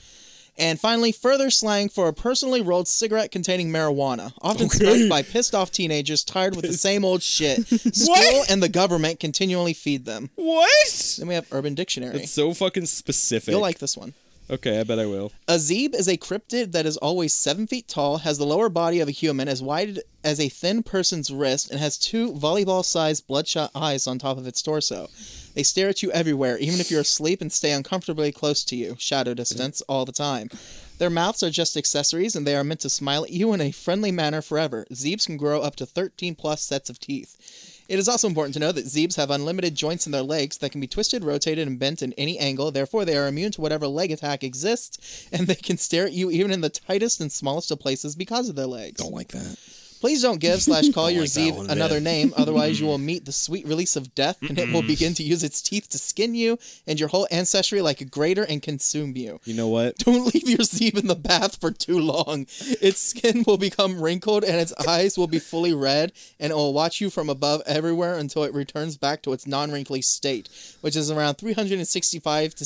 Speaker 2: And finally, further slang for a personally rolled cigarette containing marijuana, often smoked by pissed off teenagers tired with the same old shit. School and the government continually feed them.
Speaker 1: what?
Speaker 2: Then we have Urban Dictionary.
Speaker 1: It's so fucking specific.
Speaker 2: You'll like this one.
Speaker 1: okay, I bet I will.
Speaker 2: A zeb is a cryptid that is always seven feet tall, has the lower body of a human as wide as a thin person's wrist, and has two volleyball sized bloodshot eyes on top of its torso. They stare at you everywhere, even if you're asleep, and stay uncomfortably close to you, shadow distance, all the time. Their mouths are just accessories, and they are meant to smile at you in a friendly manner forever. Zebs can grow up to 13 plus sets of teeth. It is also important to know that zebs have unlimited joints in their legs that can be twisted, rotated, and bent in any angle. Therefore, they are immune to whatever leg attack exists, and they can stare at you even in the tightest and smallest of places because of their legs.
Speaker 1: like that.
Speaker 2: Please don't give slash call your
Speaker 1: like that one
Speaker 2: zeb
Speaker 1: bit.
Speaker 2: another name, otherwise you will meet the sweet release of death, and it will begin to use its teeth to skin you and your whole ancestry like a grater and consume you.
Speaker 1: You know what?
Speaker 2: Don't leave your zeb in the bath for too long. Its skin will become wrinkled and its eyes will be fully red, and it will watch you from above everywhere until it returns back to its non wrinkly state, which is around 365 to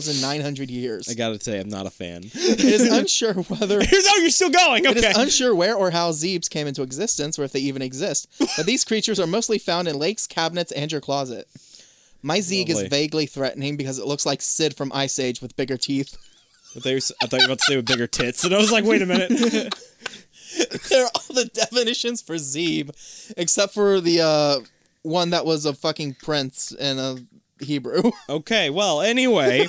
Speaker 2: 6,900 years.
Speaker 1: I gotta say, I'm not a fan.
Speaker 2: It is unsure whether
Speaker 1: Here's oh, you're still going.
Speaker 2: it
Speaker 1: Okay.
Speaker 2: is unsure where or how zebs came into existence, or if they even exist. But these creatures are mostly found in lakes, cabinets, and your closet. My zeeg
Speaker 1: Lovely.
Speaker 2: is vaguely threatening because it looks like Sid from Ice Age with bigger teeth.
Speaker 1: I, thought you were- I thought you were about to say with bigger tits, and I was like, wait a minute.
Speaker 2: They're all the definitions for zeb, except for the uh, one that was a fucking prince in a Hebrew.
Speaker 1: Okay. Well, anyway.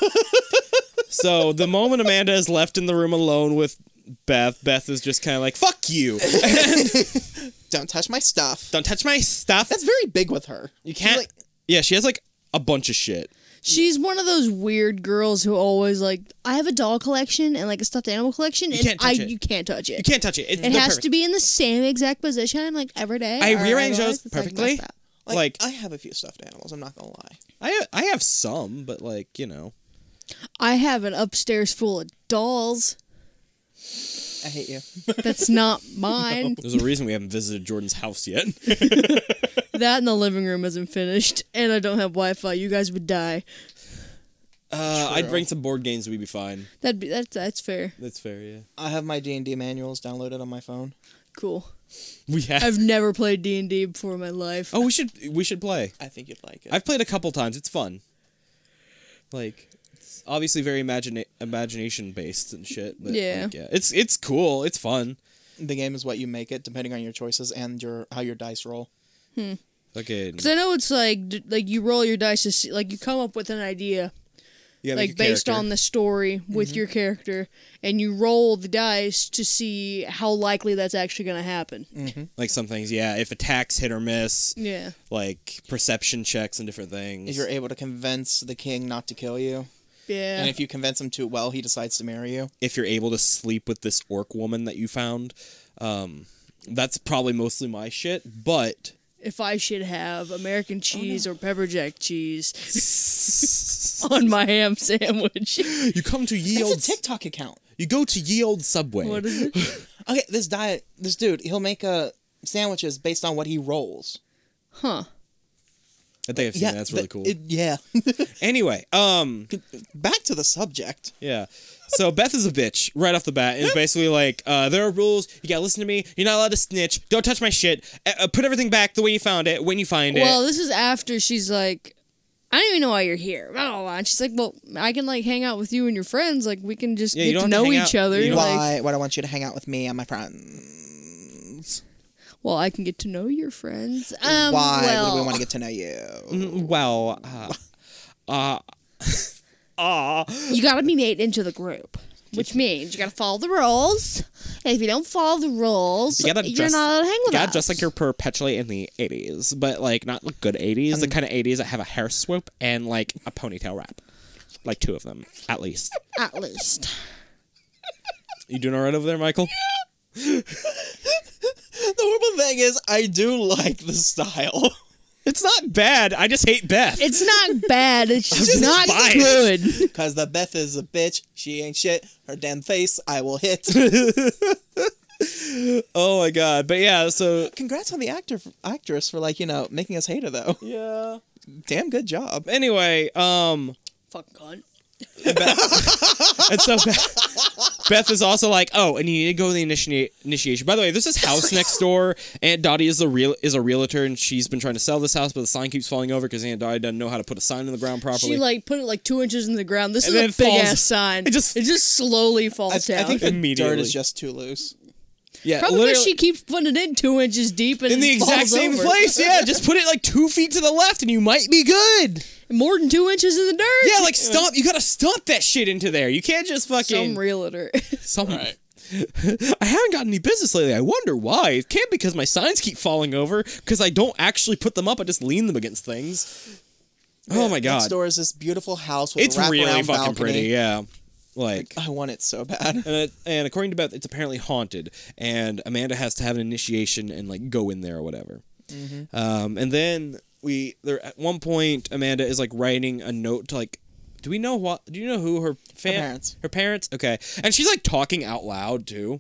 Speaker 1: So the moment Amanda is left in the room alone with Beth, Beth is just kind of like, "Fuck you!
Speaker 2: Don't touch my stuff.
Speaker 1: Don't touch my stuff."
Speaker 2: That's very big with her.
Speaker 1: You can't.
Speaker 2: like-
Speaker 1: yeah, she has like a bunch of shit.
Speaker 3: She's one of those weird girls who always like I have a doll collection and like a stuffed animal collection and
Speaker 1: can't touch
Speaker 3: I
Speaker 1: it.
Speaker 3: you can't touch it.
Speaker 1: You can't touch it. It's
Speaker 3: it has to be in the same exact position like every day.
Speaker 1: I
Speaker 3: or
Speaker 1: rearrange
Speaker 3: otherwise
Speaker 1: those
Speaker 3: it's, like,
Speaker 1: perfectly.
Speaker 3: messed up.
Speaker 2: Like,
Speaker 1: Like-
Speaker 2: I have a few stuffed animals. I'm not gonna lie.
Speaker 1: I I have some, but like you know,
Speaker 3: I have an upstairs full of dolls.
Speaker 2: I hate you.
Speaker 3: That's not mine.
Speaker 1: there's a reason we haven't visited Jordan's house yet.
Speaker 3: That in the living room isn't finished, and I don't have Wi-Fi. You guys would die.
Speaker 1: Uh, I'd bring some board games. We'd be fine.
Speaker 3: That'd be that's that's fair.
Speaker 1: That's fair. Yeah.
Speaker 2: I have my D and D manuals downloaded on my phone.
Speaker 3: Cool.
Speaker 1: We have.
Speaker 3: I've never played D and D before in my life.
Speaker 1: oh, we should we should play.
Speaker 2: I think you'd like it.
Speaker 1: I've played a couple times. It's fun. Like, it's obviously very imagina- imagination based and shit. But
Speaker 3: Yeah.
Speaker 1: like, yeah, it's it's cool. It's fun.
Speaker 2: The game is what you make it, depending on your choices and your how your dice roll.
Speaker 1: Okay,
Speaker 3: Because I know it's like d- like you roll your dice to see, like you come up with an idea like based on the story with your character, and you roll the dice to see how likely that's actually going to happen.
Speaker 1: like some things. Yeah, if attacks hit or miss,
Speaker 3: Yeah,
Speaker 1: like perception checks and different things.
Speaker 2: If you're able to convince the king not to kill you,
Speaker 3: yeah.
Speaker 2: and if you convince him too well, he decides to marry you.
Speaker 1: if you're able to sleep with this orc woman that you found. Um, that's probably mostly my shit, but
Speaker 3: if I should have American cheese or pepper jack cheese on my ham sandwich.
Speaker 1: you come to ye old,
Speaker 2: It's a TikTok account.
Speaker 1: you go to ye old subway.
Speaker 3: what is it?
Speaker 2: Okay, this diet, this dude, he'll make uh, sandwiches based on what he rolls.
Speaker 3: Huh.
Speaker 1: I think I've seen that. That's really
Speaker 2: the-
Speaker 1: cool.
Speaker 2: it- yeah.
Speaker 1: anyway, um,
Speaker 2: Back to the subject.
Speaker 1: yeah. So Beth is a bitch right off the bat. It's basically like uh, there are rules. You gotta listen to me. You're not allowed to snitch. Don't touch my shit. Uh, Uh, put everything back the way you found it when you find it.
Speaker 3: Well, this is after she's like, I don't even know why you're here. Blah, blah, blah. And she's like, well, I can like hang out with you and your friends. Like we can just
Speaker 1: Yeah, you
Speaker 3: get
Speaker 1: don't
Speaker 3: to
Speaker 1: have to
Speaker 3: know
Speaker 1: hang
Speaker 3: each
Speaker 1: out-
Speaker 3: other.
Speaker 1: you don't-
Speaker 3: like,
Speaker 2: Why? Why do I want you to hang out with me and my friends?
Speaker 3: well, I can get to know your friends. Um,
Speaker 2: Why
Speaker 3: well,
Speaker 2: would we want to get to know you?
Speaker 1: Mm, well, uh, uh, ah.
Speaker 3: you gotta be made into the group. Which means you gotta follow the rules. And if you don't follow the rules,
Speaker 1: You
Speaker 3: you
Speaker 1: gotta
Speaker 3: are
Speaker 1: dress-
Speaker 3: not allowed to hang with
Speaker 1: Yeah,
Speaker 3: us.
Speaker 1: just like you're perpetually in the 80s, but like not the good 80s,
Speaker 3: Um,
Speaker 1: the kind of 80s that have a hair swoop and like a ponytail wrap. Like two of them, at least.
Speaker 3: at least.
Speaker 1: You doing all right over there, Michael?
Speaker 2: The horrible thing is, I do like the style.
Speaker 1: It's not bad. I just hate Beth.
Speaker 3: It's not bad. It's just
Speaker 1: just
Speaker 3: not
Speaker 1: biased.
Speaker 3: good.
Speaker 2: Cause the Beth is a bitch. She ain't shit. Her damn face, I will hit.
Speaker 1: oh my god. But yeah, so
Speaker 2: Congrats on the actor, actress for like you know making us hate her though.
Speaker 1: yeah.
Speaker 2: Damn good job.
Speaker 1: Anyway, um
Speaker 3: Fucking cunt.
Speaker 1: and so Beth, Beth is also like, "Oh, and you need to go to the initi- initiation." By the way, this is house next door. Aunt Dottie is a real is a realtor and she's been trying to sell this house, but the sign keeps falling over cuz Aunt Dottie doesn't know how to put a sign in the ground properly.
Speaker 3: She like put it like two inches in the ground. This
Speaker 1: And then it
Speaker 3: is a big
Speaker 1: falls.
Speaker 3: ass sign.
Speaker 1: It just-
Speaker 3: it just slowly falls
Speaker 2: I, I
Speaker 3: down.
Speaker 2: think the dirt
Speaker 1: Immediately.
Speaker 2: is just too loose.
Speaker 1: yeah,
Speaker 3: Probably because
Speaker 1: literally-
Speaker 3: she keeps putting it in two inches deep and
Speaker 1: in the
Speaker 3: it
Speaker 1: exact
Speaker 3: falls
Speaker 1: same
Speaker 3: over.
Speaker 1: place. Yeah, just put it like two feet to the left, and you might be good.
Speaker 3: More than two inches in the dirt.
Speaker 1: Yeah, like stomp. You gotta stomp that shit into there. You can't just fucking
Speaker 3: Some realtor.
Speaker 1: some. I haven't got any business lately. I wonder why. It can't be because my signs keep falling over because I don't actually put them up. I just lean them against things. oh my
Speaker 2: Next
Speaker 1: god,
Speaker 2: door is this beautiful house with
Speaker 1: it's
Speaker 2: a wraparound
Speaker 1: really fucking
Speaker 2: balcony.
Speaker 1: pretty. Yeah, like
Speaker 2: I want it so bad.
Speaker 1: And, it, and according to Beth, it's apparently haunted, and Amanda has to have an initiation and like go in there or whatever.
Speaker 2: Mm-hmm.
Speaker 1: Um, and then we there at one point Amanda is like writing a note to like, do we know what? Do you know who her, fam-
Speaker 2: parents.
Speaker 1: Her parents. Okay, and she's like talking out loud too,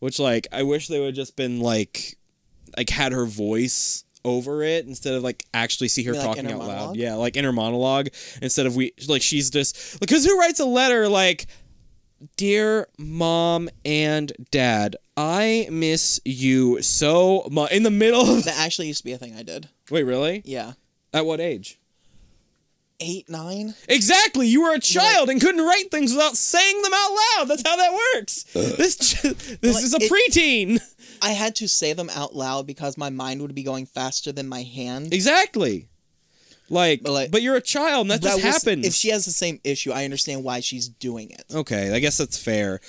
Speaker 1: which like I wish they would have just been like, like had her voice over it instead of like actually see her
Speaker 2: Like
Speaker 1: talking
Speaker 2: inner
Speaker 1: out loud.
Speaker 2: monologue?
Speaker 1: Yeah, like inner monologue instead of we like she's just because who writes a letter like Dear mom and dad, I miss you so much. In the middle of.
Speaker 2: That actually used to be a thing I did.
Speaker 1: Wait, really?
Speaker 2: Yeah,
Speaker 1: At what age?
Speaker 2: eight, nine.
Speaker 1: Exactly! You were a child and couldn't write things without saying them out loud! That's how that works! This ch- this
Speaker 2: Like,
Speaker 1: is a
Speaker 2: it-
Speaker 1: preteen!
Speaker 2: I had to say them out loud because my mind would be going faster than my hand.
Speaker 1: Exactly! Like,
Speaker 2: But, like,
Speaker 1: but you're a child and that, just
Speaker 2: was-
Speaker 1: happens.
Speaker 2: If she has the same issue, I understand why she's doing it.
Speaker 1: okay, I guess that's fair.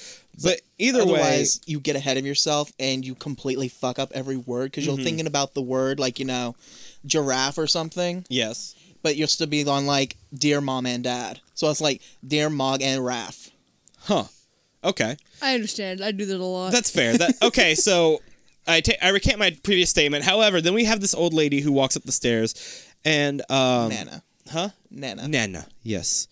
Speaker 1: But either way.
Speaker 2: Otherwise, you get ahead of yourself and you completely fuck up every word because
Speaker 1: Mm-hmm.
Speaker 2: you're thinking about the word like you know, giraffe or something,
Speaker 1: Yes.
Speaker 2: but you'll still be on like dear mom and dad. So it's like dear mog and raff.
Speaker 1: Huh. Okay.
Speaker 3: I understand. I do that a lot.
Speaker 1: That's fair. That okay. So I ta- I recant my previous statement. However, then we have this old lady who walks up the stairs, and um,
Speaker 2: Nana,
Speaker 1: huh?
Speaker 2: Nana.
Speaker 1: Nana. Yes.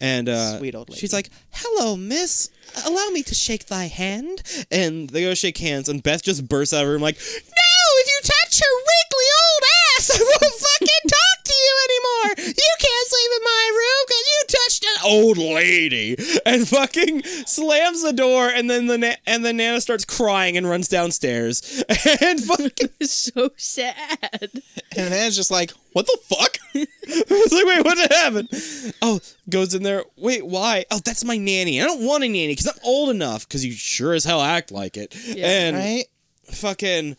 Speaker 1: And uh,
Speaker 2: Sweet old lady.
Speaker 1: She's like, "Hello, Miss. Allow me to shake thy hand." And they go shake hands, and Beth just bursts out of her room like, "No! If you touch her wrinkly old ass, I won't fucking talk to you anymore. You can't sleep in my room because you touched an old lady." And fucking slams the door, and then the na- and then Nana starts crying and runs downstairs, and fucking
Speaker 3: so sad.
Speaker 2: and Nana's just like, what the fuck?
Speaker 1: it's like, wait, what happened? Oh, goes in there. Wait, why? Oh, that's my nanny. I don't want a nanny because I'm old enough. Because you sure as hell act like it.
Speaker 3: Yeah.
Speaker 1: and
Speaker 2: right?
Speaker 1: fucking,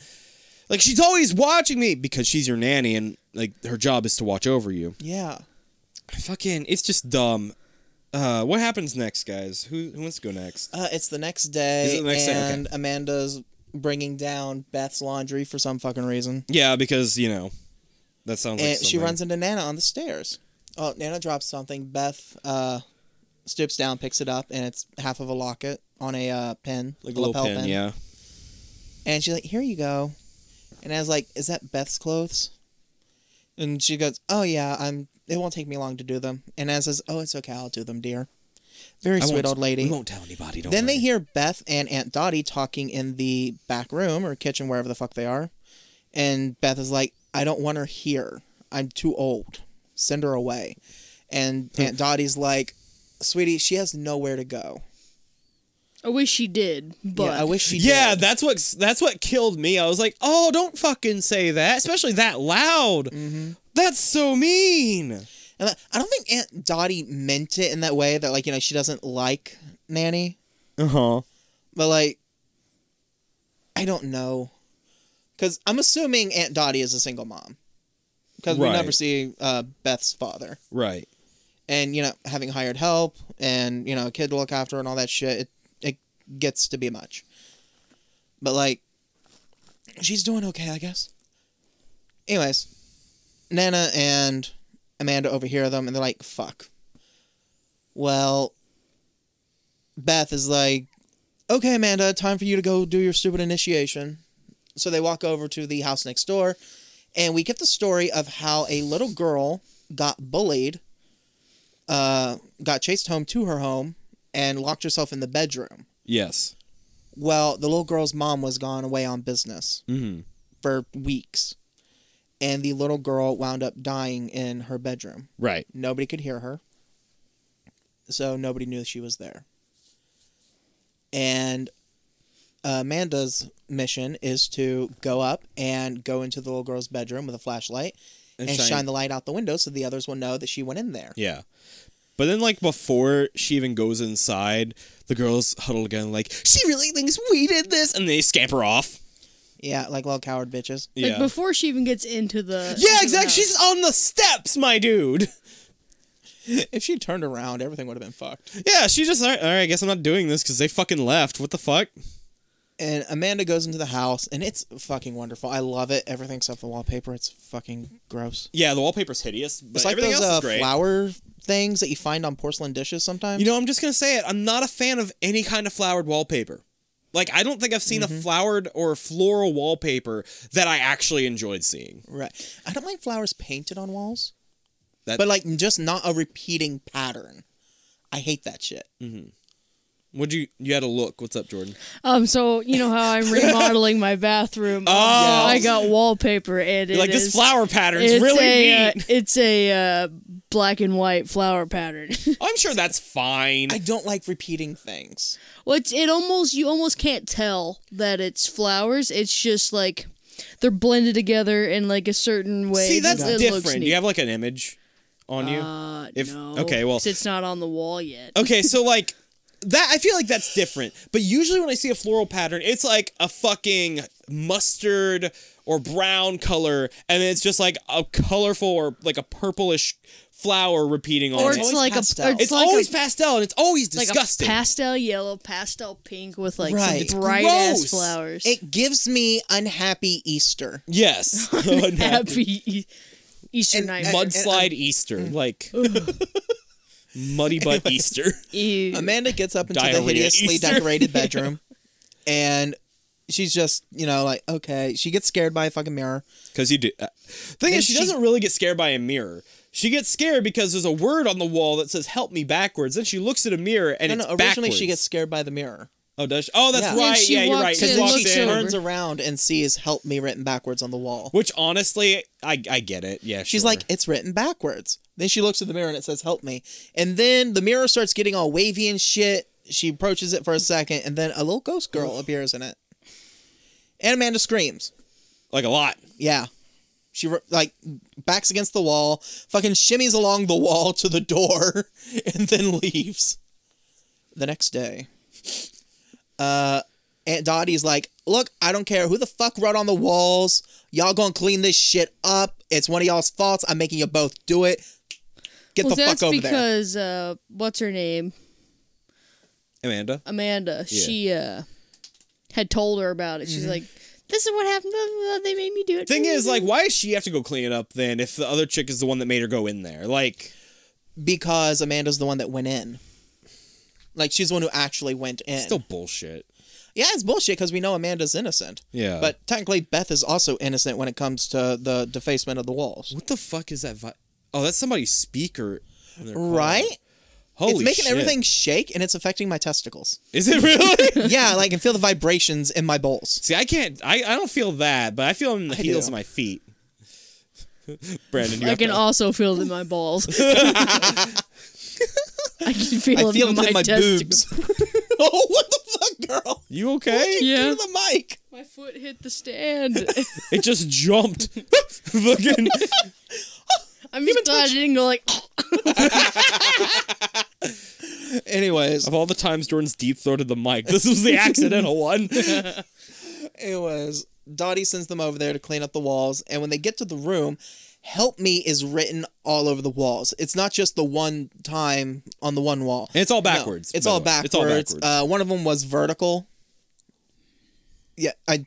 Speaker 1: like she's always watching me because she's your nanny and like her job is to watch over you.
Speaker 2: Yeah.
Speaker 1: Fucking, it's just dumb. Uh, what happens next, guys? Who who wants to go next?
Speaker 2: Uh, it's the next day,
Speaker 1: Is it the next day? Okay.
Speaker 2: and Amanda's bringing down Beth's laundry for some fucking reason,
Speaker 1: Yeah, because you know, that sounds like
Speaker 2: and Eh, she
Speaker 1: something.
Speaker 2: runs into Nana on the stairs. Oh, Nana drops something. Beth uh, stoops down, picks it up, and it's half of a locket on a uh, pin,
Speaker 1: like a little
Speaker 2: lapel
Speaker 1: pin, yeah.
Speaker 2: And she's like, "Here you go," and I was like, "Is that Beth's clothes?" And she goes, "Oh yeah, I'm. It won't take me long to do them." And Anna says, "Oh, it's okay. I'll do them, dear." Very
Speaker 1: I
Speaker 2: sweet
Speaker 1: won't-
Speaker 2: old lady.
Speaker 1: We won't tell anybody. Don't
Speaker 2: Then
Speaker 1: worry.
Speaker 2: they hear Beth and Aunt Dottie talking in the back room or kitchen, wherever the fuck they are. And Beth is like, I don't want her here. I'm too old. Send her away. And Aunt Dottie's like, Sweetie, she has nowhere to go.
Speaker 3: I wish she did, but
Speaker 2: But I wish she
Speaker 1: Yeah,
Speaker 2: did.
Speaker 1: that's what that's what killed me. I was like, "Oh, don't fucking say that, especially that loud. That's so mean."
Speaker 2: And I- I don't think Aunt Dottie meant it in that way that, like, you know, she doesn't like Nanny.
Speaker 1: Uh huh.
Speaker 2: But, like, I don't know. Because I'm assuming Aunt Dottie is a single mom. Because we
Speaker 1: Right.
Speaker 2: never see uh, Beth's father.
Speaker 1: Right.
Speaker 2: and you know having hired help and you know a kid to look after and all that shit it, it gets to be much but like she's doing okay i guess anyways nana and amanda overhear them and they're like fuck well beth is like okay amanda time for you to go do your stupid initiation so they walk over to the house next door and we get the story of how a little girl got bullied uh, got chased home to her home and locked herself in the bedroom.
Speaker 1: Yes.
Speaker 2: Well, the little girl's mom was gone away on business
Speaker 1: Mm-hmm.
Speaker 2: for weeks, and the little girl wound up dying in her bedroom.
Speaker 1: Right.
Speaker 2: Nobody could hear her, so nobody knew she was there. And Amanda's mission is to go up and go into the little girl's bedroom with a flashlight and, shine. the light out the window so the others will know that she went in there.
Speaker 1: Yeah. But then, like before she even goes inside, the girls huddle again, like she really thinks we did this, and they scamper off.
Speaker 2: Yeah, like little coward bitches.
Speaker 3: like
Speaker 1: Yeah.
Speaker 3: before she even gets into the into
Speaker 1: yeah,
Speaker 3: the
Speaker 1: exactly.
Speaker 3: house.
Speaker 1: She's on the steps, my dude.
Speaker 2: If she turned around, everything would have been fucked.
Speaker 1: Yeah, she just all right. All right I guess I'm not doing this because they fucking left. What the fuck?
Speaker 2: And Amanda goes into the house, and it's fucking wonderful. I love it. Everything except the wallpaper. It's fucking gross.
Speaker 1: Yeah, the wallpaper's hideous, but
Speaker 2: it's like
Speaker 1: everything
Speaker 2: those
Speaker 1: else
Speaker 2: uh,
Speaker 1: is great.
Speaker 2: flower things that you find on porcelain dishes sometimes.
Speaker 1: You know, I'm just gonna say it. I'm not a fan of any kind of flowered wallpaper. Like, I don't think I've seen a flowered or floral wallpaper that I actually enjoyed seeing.
Speaker 2: right? I don't like flowers painted on walls,
Speaker 1: That,
Speaker 2: but like just not a repeating pattern. I hate that shit.
Speaker 1: Mm. would you? You had a look. What's up, Jordan?
Speaker 3: Um, so you know how I'm remodeling my bathroom. Oh,
Speaker 1: Oh.
Speaker 3: I got wallpaper, and
Speaker 1: You're
Speaker 3: it
Speaker 1: like this
Speaker 3: is-
Speaker 1: flower pattern's
Speaker 3: it's
Speaker 1: really
Speaker 3: a, uh,
Speaker 1: neat.
Speaker 3: it's a uh, black and white flower pattern.
Speaker 1: I'm sure that's fine.
Speaker 2: I don't like repeating things.
Speaker 3: well, it's, it almost you almost can't tell that it's flowers. It's just like they're blended together in like a certain way.
Speaker 1: See,
Speaker 3: that
Speaker 1: that's
Speaker 3: it looks
Speaker 1: different.
Speaker 3: neat.
Speaker 1: You have like an image on you.
Speaker 3: uh,
Speaker 1: if-
Speaker 3: no,
Speaker 1: okay, well- Oh,
Speaker 3: 'cause it's not on the wall yet.
Speaker 1: Okay, so like that I feel like that's different. But usually when I see a floral pattern, it's like a fucking mustard or brown color and then it's just like a colorful or like a purplish flower repeating on
Speaker 3: Or
Speaker 1: it.
Speaker 3: it's
Speaker 2: always
Speaker 3: like a
Speaker 2: pastel.
Speaker 3: or
Speaker 1: It's
Speaker 3: like
Speaker 1: always
Speaker 3: a,
Speaker 1: pastel and it's always
Speaker 3: like a
Speaker 1: disgusting.
Speaker 3: pastel yellow, pastel pink with like
Speaker 2: Right. It's
Speaker 3: some bright ass
Speaker 1: gross.
Speaker 3: flowers.
Speaker 2: It gives me unhappy Easter.
Speaker 1: yes. Unhappy.
Speaker 3: Happy Mm. E- Easter
Speaker 2: And-
Speaker 1: uh,
Speaker 3: night.
Speaker 2: and-
Speaker 1: Mudslide Easter. Like muddy butt Easter.
Speaker 3: Ew.
Speaker 2: Amanda gets up into the
Speaker 1: Diarrhea
Speaker 2: hideously
Speaker 1: Easter.
Speaker 2: decorated bedroom, and she's just, you know, like, okay. She gets scared by a fucking mirror.
Speaker 1: Because you do. Uh, thing
Speaker 2: And
Speaker 1: is, she,
Speaker 2: she-
Speaker 1: doesn't really get scared by a mirror. She gets scared because there's a word on the wall that says "Help me backwards." Then she looks at a mirror and
Speaker 2: No,
Speaker 1: it's
Speaker 2: no. Originally,
Speaker 1: backwards.
Speaker 2: she gets scared by the mirror
Speaker 1: Oh, does she? Oh, that's
Speaker 2: Yeah.
Speaker 1: right.
Speaker 3: Yeah, she
Speaker 1: Yeah, you're
Speaker 3: walks
Speaker 1: right.
Speaker 3: in
Speaker 1: She
Speaker 3: and
Speaker 1: walks
Speaker 3: looks
Speaker 1: in.
Speaker 3: over.
Speaker 2: turns around and sees "Help me" written backwards on the wall.
Speaker 1: Which honestly, I I get it. Yeah,
Speaker 2: She's
Speaker 1: sure.
Speaker 2: like, "It's written backwards." Then she looks at the mirror and it says "Help me," and then the mirror starts getting all wavy and shit. She approaches it for a second, and then a little ghost girl appears in it, and Amanda screams.
Speaker 1: like a lot.
Speaker 2: Yeah. She re- like backs against the wall, fucking shimmies along the wall to the door, and then leaves. The next day, uh, Aunt Dottie's like, "Look, I don't care who the fuck wrote on the walls. Y'all gonna clean this shit up. It's one of y'all's faults. I'm making you both do it. Get
Speaker 3: well,
Speaker 2: the
Speaker 3: that's
Speaker 2: fuck over there."
Speaker 3: because uh, what's her name?
Speaker 1: Amanda.
Speaker 3: Amanda.
Speaker 1: Yeah.
Speaker 3: She uh, had told her about it. She's like, "This is what happened. blah, blah, blah, They made me do it."
Speaker 1: Thing is, like, why does she have to go clean it up then if the other chick is the one that made her go in there? Like,
Speaker 2: because Amanda's the one that went in. Like she's the one who actually went in.
Speaker 1: still bullshit.
Speaker 2: yeah, it's bullshit because we know Amanda's innocent.
Speaker 1: Yeah.
Speaker 2: But technically, Beth is also innocent when it comes to the defacement of the walls.
Speaker 1: what the fuck is that? Vi- oh, that's somebody's speaker. in their car.
Speaker 2: Right?
Speaker 1: Holy
Speaker 2: it's making
Speaker 1: shit.
Speaker 2: everything shake and it's affecting my testicles.
Speaker 1: Is it really?
Speaker 2: yeah, like I can feel the vibrations in my bowls.
Speaker 1: See, I can't. I, I don't feel that, but I feel in the heels
Speaker 2: do.
Speaker 1: of my feet. Brandon, you
Speaker 3: I
Speaker 1: have
Speaker 3: can
Speaker 1: to-
Speaker 3: also feel it in my balls. I can feel,
Speaker 2: I feel
Speaker 3: it in my,
Speaker 2: my
Speaker 3: testicles.
Speaker 2: boobs. oh, what the fuck, girl?
Speaker 1: you okay?
Speaker 3: Yeah.
Speaker 2: Go to the mic.
Speaker 3: My foot hit the stand.
Speaker 1: It just jumped. Fucking.
Speaker 3: I'm just glad I didn't go like.
Speaker 2: Anyways,
Speaker 1: Of all the times Jordan's deep throated the mic, this was the accidental one.
Speaker 2: Anyways, Dottie sends them over there to clean up the walls, and when they get to the room, help me is written all over the walls. It's not just the one time on the one wall.
Speaker 1: And it's all
Speaker 2: No,
Speaker 1: backwards.
Speaker 2: it's,
Speaker 1: by
Speaker 2: all
Speaker 1: the way.
Speaker 2: backwards.
Speaker 1: It's all backwards.
Speaker 2: Uh, one of them was vertical. Yeah, I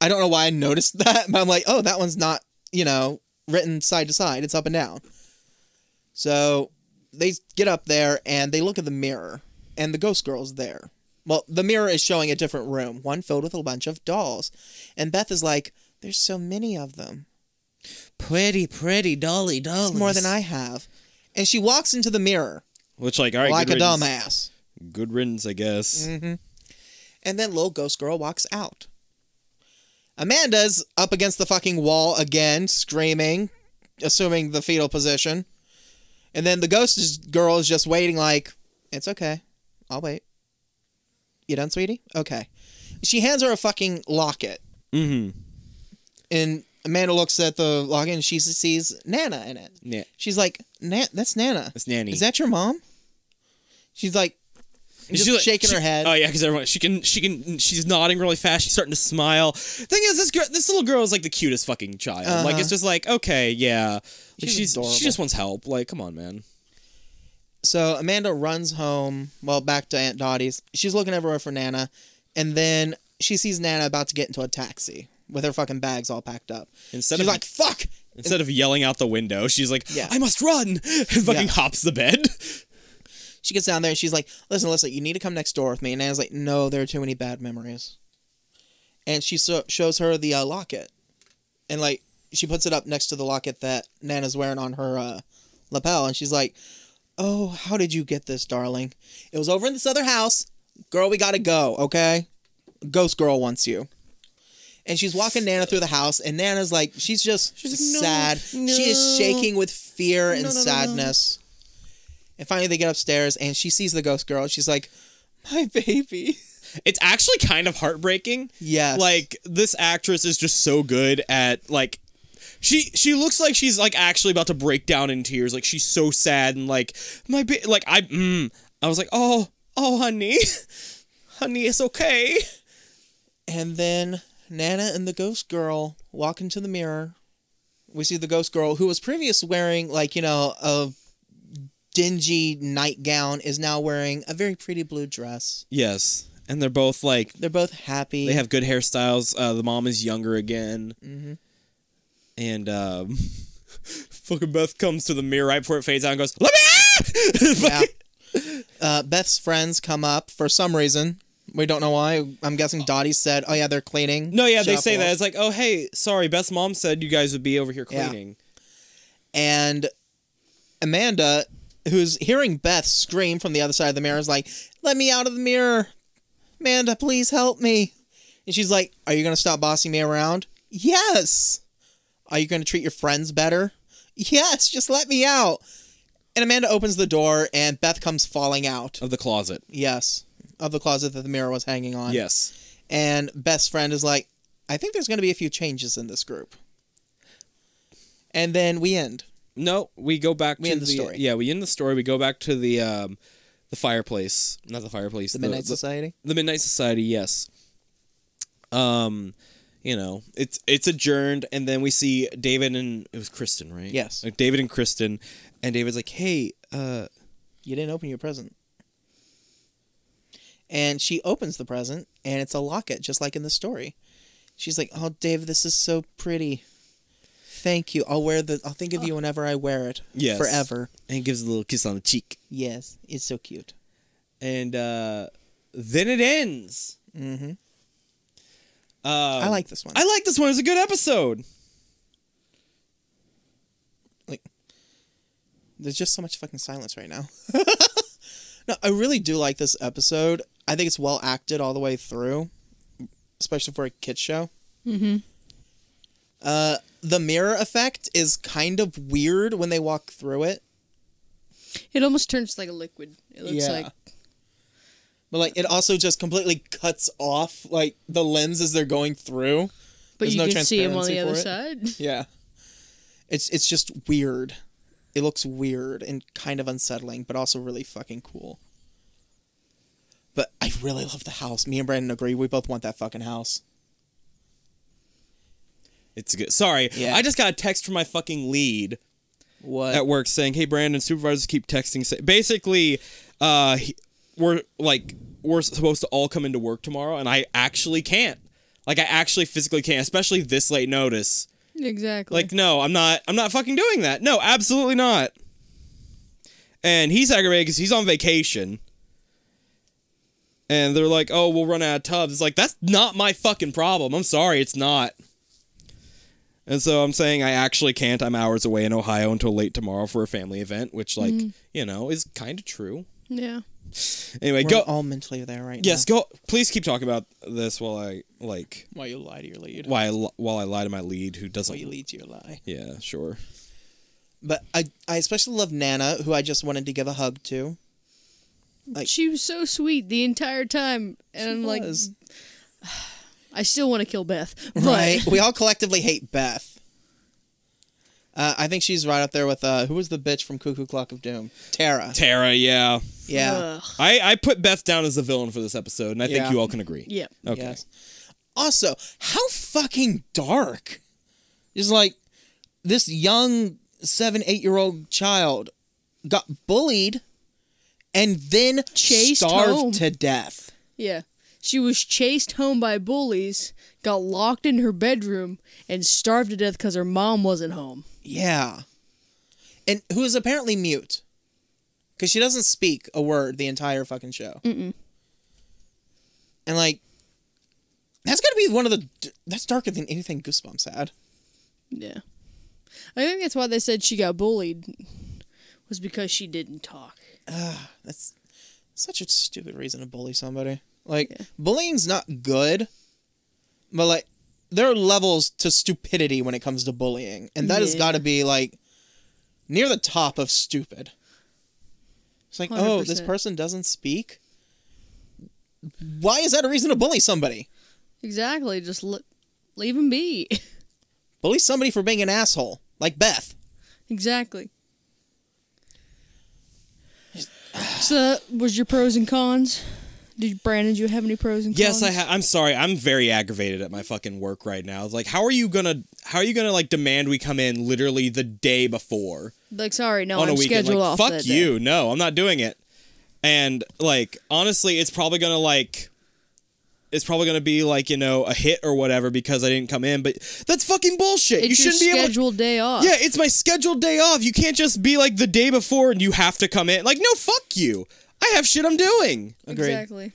Speaker 2: I don't know why I noticed that, but I'm like, oh, that one's not, you know, written side to side. It's up and down. So they get up there and they look at the mirror, and the ghost girl's there. Well, the mirror is showing a different room, one filled with a bunch of dolls. And Beth is like, There's so many of them.
Speaker 4: Pretty, pretty dolly dolly.
Speaker 2: It's more than I have. And she walks into the mirror
Speaker 1: Which, like, all right,
Speaker 2: like a
Speaker 1: good riddance.
Speaker 2: dumbass. Mm.
Speaker 1: Good riddance, I guess.
Speaker 2: And then little ghost girl walks out. Amanda's up against the fucking wall again, screaming, assuming the fetal position. And then the ghost is- girl is just waiting, like, it's okay. I'll wait. You done, sweetie? Okay. She hands her a fucking locket.
Speaker 1: Mm-hmm.
Speaker 2: And Amanda looks at the locket and she sees Nana in it.
Speaker 1: Yeah,
Speaker 2: She's like, Na- that's Nana.
Speaker 1: it's nanny.
Speaker 2: Is that your mom? She's like,
Speaker 1: And
Speaker 2: just
Speaker 1: she's like-
Speaker 2: shaking
Speaker 1: she-
Speaker 2: her head.
Speaker 1: Oh yeah, because everyone she can she can she's nodding really fast. She's starting to smile. Thing is, this girl, this little girl is like the cutest fucking child. Like
Speaker 2: Uh-huh.
Speaker 1: it's just like okay, yeah. Like,
Speaker 2: She's
Speaker 1: she's
Speaker 2: adorable.
Speaker 1: she just wants help. Like come on, man.
Speaker 2: So Amanda runs home, well, back to Aunt Dottie's. She's looking everywhere for Nana, and then she sees Nana about to get into a taxi with her fucking bags all packed up.
Speaker 1: Instead
Speaker 2: She's
Speaker 1: of
Speaker 2: like, fuck!
Speaker 1: instead of yelling out the window, she's like,
Speaker 2: Yeah.
Speaker 1: I must run, and fucking
Speaker 2: Yeah.
Speaker 1: hops the bed.
Speaker 2: She gets down there and she's like, listen, listen, you need to come next door with me. And Nana's like, no, there are too many bad memories. And she so- shows her the uh, locket. And like, she puts it up next to the locket that Nana's wearing on her uh, lapel. And she's like, oh, how did you get this, darling? It was over in this other house. Girl, we gotta go, okay? Ghost girl wants you. And she's walking Nana through the house, and Nana's like, she's just sad. She is shaking with fear and sadness. And finally, they get upstairs, and she sees the ghost girl. and She's like, "My baby."
Speaker 1: It's actually kind of heartbreaking.
Speaker 2: Yes.
Speaker 1: Like this actress is just so good at like she she looks like she's like actually about to break down in tears. Like she's so sad and like my ba- like I mm, I was like, "Oh, oh honey. honey, it's okay."
Speaker 2: And then Nana and the ghost girl walk into the mirror. We see the ghost girl, who was previous wearing like you know a dingy nightgown, is now wearing a very pretty blue dress.
Speaker 1: Yes. And they're both like
Speaker 2: They're both happy.
Speaker 1: they have good hairstyles. Uh, the mom is younger again. And um, fucking Beth comes to the mirror right before it fades out and goes, "Let me!"
Speaker 2: Yeah.
Speaker 1: out!"
Speaker 2: Uh, Beth's friends come up for some reason. We don't know why. I'm guessing Dottie said, "Oh yeah, they're cleaning."
Speaker 1: No, yeah, they
Speaker 2: shop
Speaker 1: say that.
Speaker 2: walls."
Speaker 1: It's like, oh, hey, sorry, Beth's mom said you guys would be over here
Speaker 2: Yeah.
Speaker 1: cleaning.
Speaker 2: and Amanda, who's hearing Beth scream from the other side of the mirror, is like, "Let me out of the mirror, Amanda! Please help me!" And she's like, "Are you gonna stop bossing me around?" Yes. Are you gonna treat your friends better? Yes. Just let me out. And Amanda opens the door, and Beth comes falling out.
Speaker 1: Of the closet.
Speaker 2: Yes, of the closet that the mirror was hanging on.
Speaker 1: Yes.
Speaker 2: And best friend is like, "I think there's gonna be a few changes in this group." and then we end.
Speaker 1: No, we go back
Speaker 2: We
Speaker 1: to
Speaker 2: end the story.
Speaker 1: Yeah, we end the story. We go back to the um, the fireplace, not the fireplace.
Speaker 2: The Midnight Society.
Speaker 1: The Midnight Society, yes. Um, you know, it's it's adjourned, and then we see David and it was Kristen, right?
Speaker 2: Yes.
Speaker 1: Like, David and Kristen, and David's like, "Hey, uh,
Speaker 2: You didn't open your present. And she opens the present, and it's a locket, just like in the story. She's like, "Oh, Dave, this is so pretty. Thank you. I'll wear the. I'll think of you whenever I wear it.
Speaker 1: Uh, Yes.
Speaker 2: forever.
Speaker 1: and he gives a little kiss on the cheek,
Speaker 2: Yes, it's so cute.
Speaker 1: and uh, then it ends.
Speaker 2: Mm-hmm.
Speaker 1: Um,
Speaker 2: I like this one.
Speaker 1: I like this one. It was a good episode.
Speaker 2: There's just so much fucking silence right now. no, I really do like this episode. I think it's well acted all the way through, especially for a kids show.
Speaker 3: Mm-hmm.
Speaker 2: Uh, the mirror effect is kind of weird when they walk through it.
Speaker 3: It almost turns like a liquid. It looks
Speaker 2: Yeah.
Speaker 3: like
Speaker 2: But like it also just completely cuts off like the limbs as they're going through.
Speaker 3: but
Speaker 2: There's
Speaker 3: you
Speaker 2: no
Speaker 3: can see him on
Speaker 2: transparency
Speaker 3: the other
Speaker 2: for it.
Speaker 3: side.
Speaker 2: Yeah. It's it's just weird. It looks weird and kind of unsettling, but also really fucking cool. But I really love the house. Me and Brandon agree. We both want that fucking house.
Speaker 1: It's good. Sorry,
Speaker 2: Yeah.
Speaker 1: I just got a text from my fucking lead.
Speaker 2: What?
Speaker 1: at work saying, "Hey, Brandon, supervisors keep texting." Say, basically, uh, he- we're like we're supposed to all come into work tomorrow, and I actually can't. Like, I actually physically can't, especially this late notice.
Speaker 3: Exactly.
Speaker 1: Like, no, I'm not. I'm not fucking doing that. No, absolutely not. And he's aggravated because he's on vacation. And they're like, "Oh, we'll run out of tubs." It's like that's not my fucking problem. I'm sorry, it's not. And so I'm saying I actually can't. I'm hours away in Ohio until late tomorrow for a family event, which, like,
Speaker 2: Mm-hmm.
Speaker 1: you know, is kind of true.
Speaker 3: yeah.
Speaker 1: Anyway,
Speaker 2: We're
Speaker 1: go.
Speaker 2: all mentally there right
Speaker 1: yes,
Speaker 2: now.
Speaker 1: go. Please keep talking about this while I like
Speaker 2: Why you lie to your lead?
Speaker 1: while I, li- while I lie to my lead
Speaker 2: Why
Speaker 1: who
Speaker 2: you
Speaker 1: doesn't.
Speaker 2: lead to your lie?
Speaker 1: Yeah, sure.
Speaker 2: But I I especially love Nana, who I just wanted to give a hug to. Like-
Speaker 3: she was so sweet the entire time, and I'm like,
Speaker 2: was.
Speaker 3: I still want to kill Beth, but
Speaker 2: Right. we all collectively hate Beth. Uh, I think she's right up there with uh, who was the bitch from Cuckoo Clock of Doom? Tara.
Speaker 1: Tara, yeah.
Speaker 2: Yeah.
Speaker 3: Ugh.
Speaker 1: I, I put Beth down as the villain for this episode, and I think
Speaker 2: Yeah.
Speaker 1: you all can agree.
Speaker 3: yeah.
Speaker 1: Okay.
Speaker 2: Yes. Also, how fucking dark is like this young seven, eight year old child got bullied and then
Speaker 3: Chased
Speaker 2: starved
Speaker 3: home.
Speaker 2: to death.
Speaker 3: Yeah. She was chased home by bullies, got locked in her bedroom, and starved to death because her mom wasn't home.
Speaker 2: Yeah. And who is apparently mute. Because she doesn't speak a word the entire fucking show. And like, that's gotta be one of the. That's darker than anything Goosebumps had.
Speaker 3: Yeah. I think that's why they said she got bullied, was because she didn't talk.
Speaker 2: That's such a stupid reason to bully somebody. Like bullying's not good, but like there are levels to stupidity when it comes to bullying, and that has
Speaker 3: Yeah.
Speaker 2: got to be like near the top of stupid. It's like, oh, this
Speaker 3: 100%.
Speaker 2: person doesn't speak. Why is that a reason to bully somebody?
Speaker 3: Exactly. Just l- leave him be.
Speaker 2: Bully somebody for being an asshole, like Beth.
Speaker 3: exactly. So that was your pros and cons. Did Brandon? Do you have any pros and cons?
Speaker 1: Yes, I ha- I'm sorry. I'm very aggravated at my fucking work right now. Like, how are you gonna how are you gonna like demand we come in literally the day before
Speaker 3: Like, sorry, no,
Speaker 1: on a
Speaker 3: I'm
Speaker 1: weekend?
Speaker 3: scheduled
Speaker 1: Like,
Speaker 3: off.
Speaker 1: fuck
Speaker 3: that day.
Speaker 1: you. No, I'm not doing it. And like, honestly, it's probably gonna like it's probably gonna be like you know a hit or whatever because I didn't come in. But that's fucking bullshit.
Speaker 3: It's
Speaker 1: you
Speaker 3: your
Speaker 1: shouldn't be able. to
Speaker 3: scheduled day off.
Speaker 1: Yeah, it's my scheduled day off. You can't just be like the day before and you have to come in. Like, no, fuck you. I have shit I'm doing.
Speaker 2: Agreed.
Speaker 3: Exactly.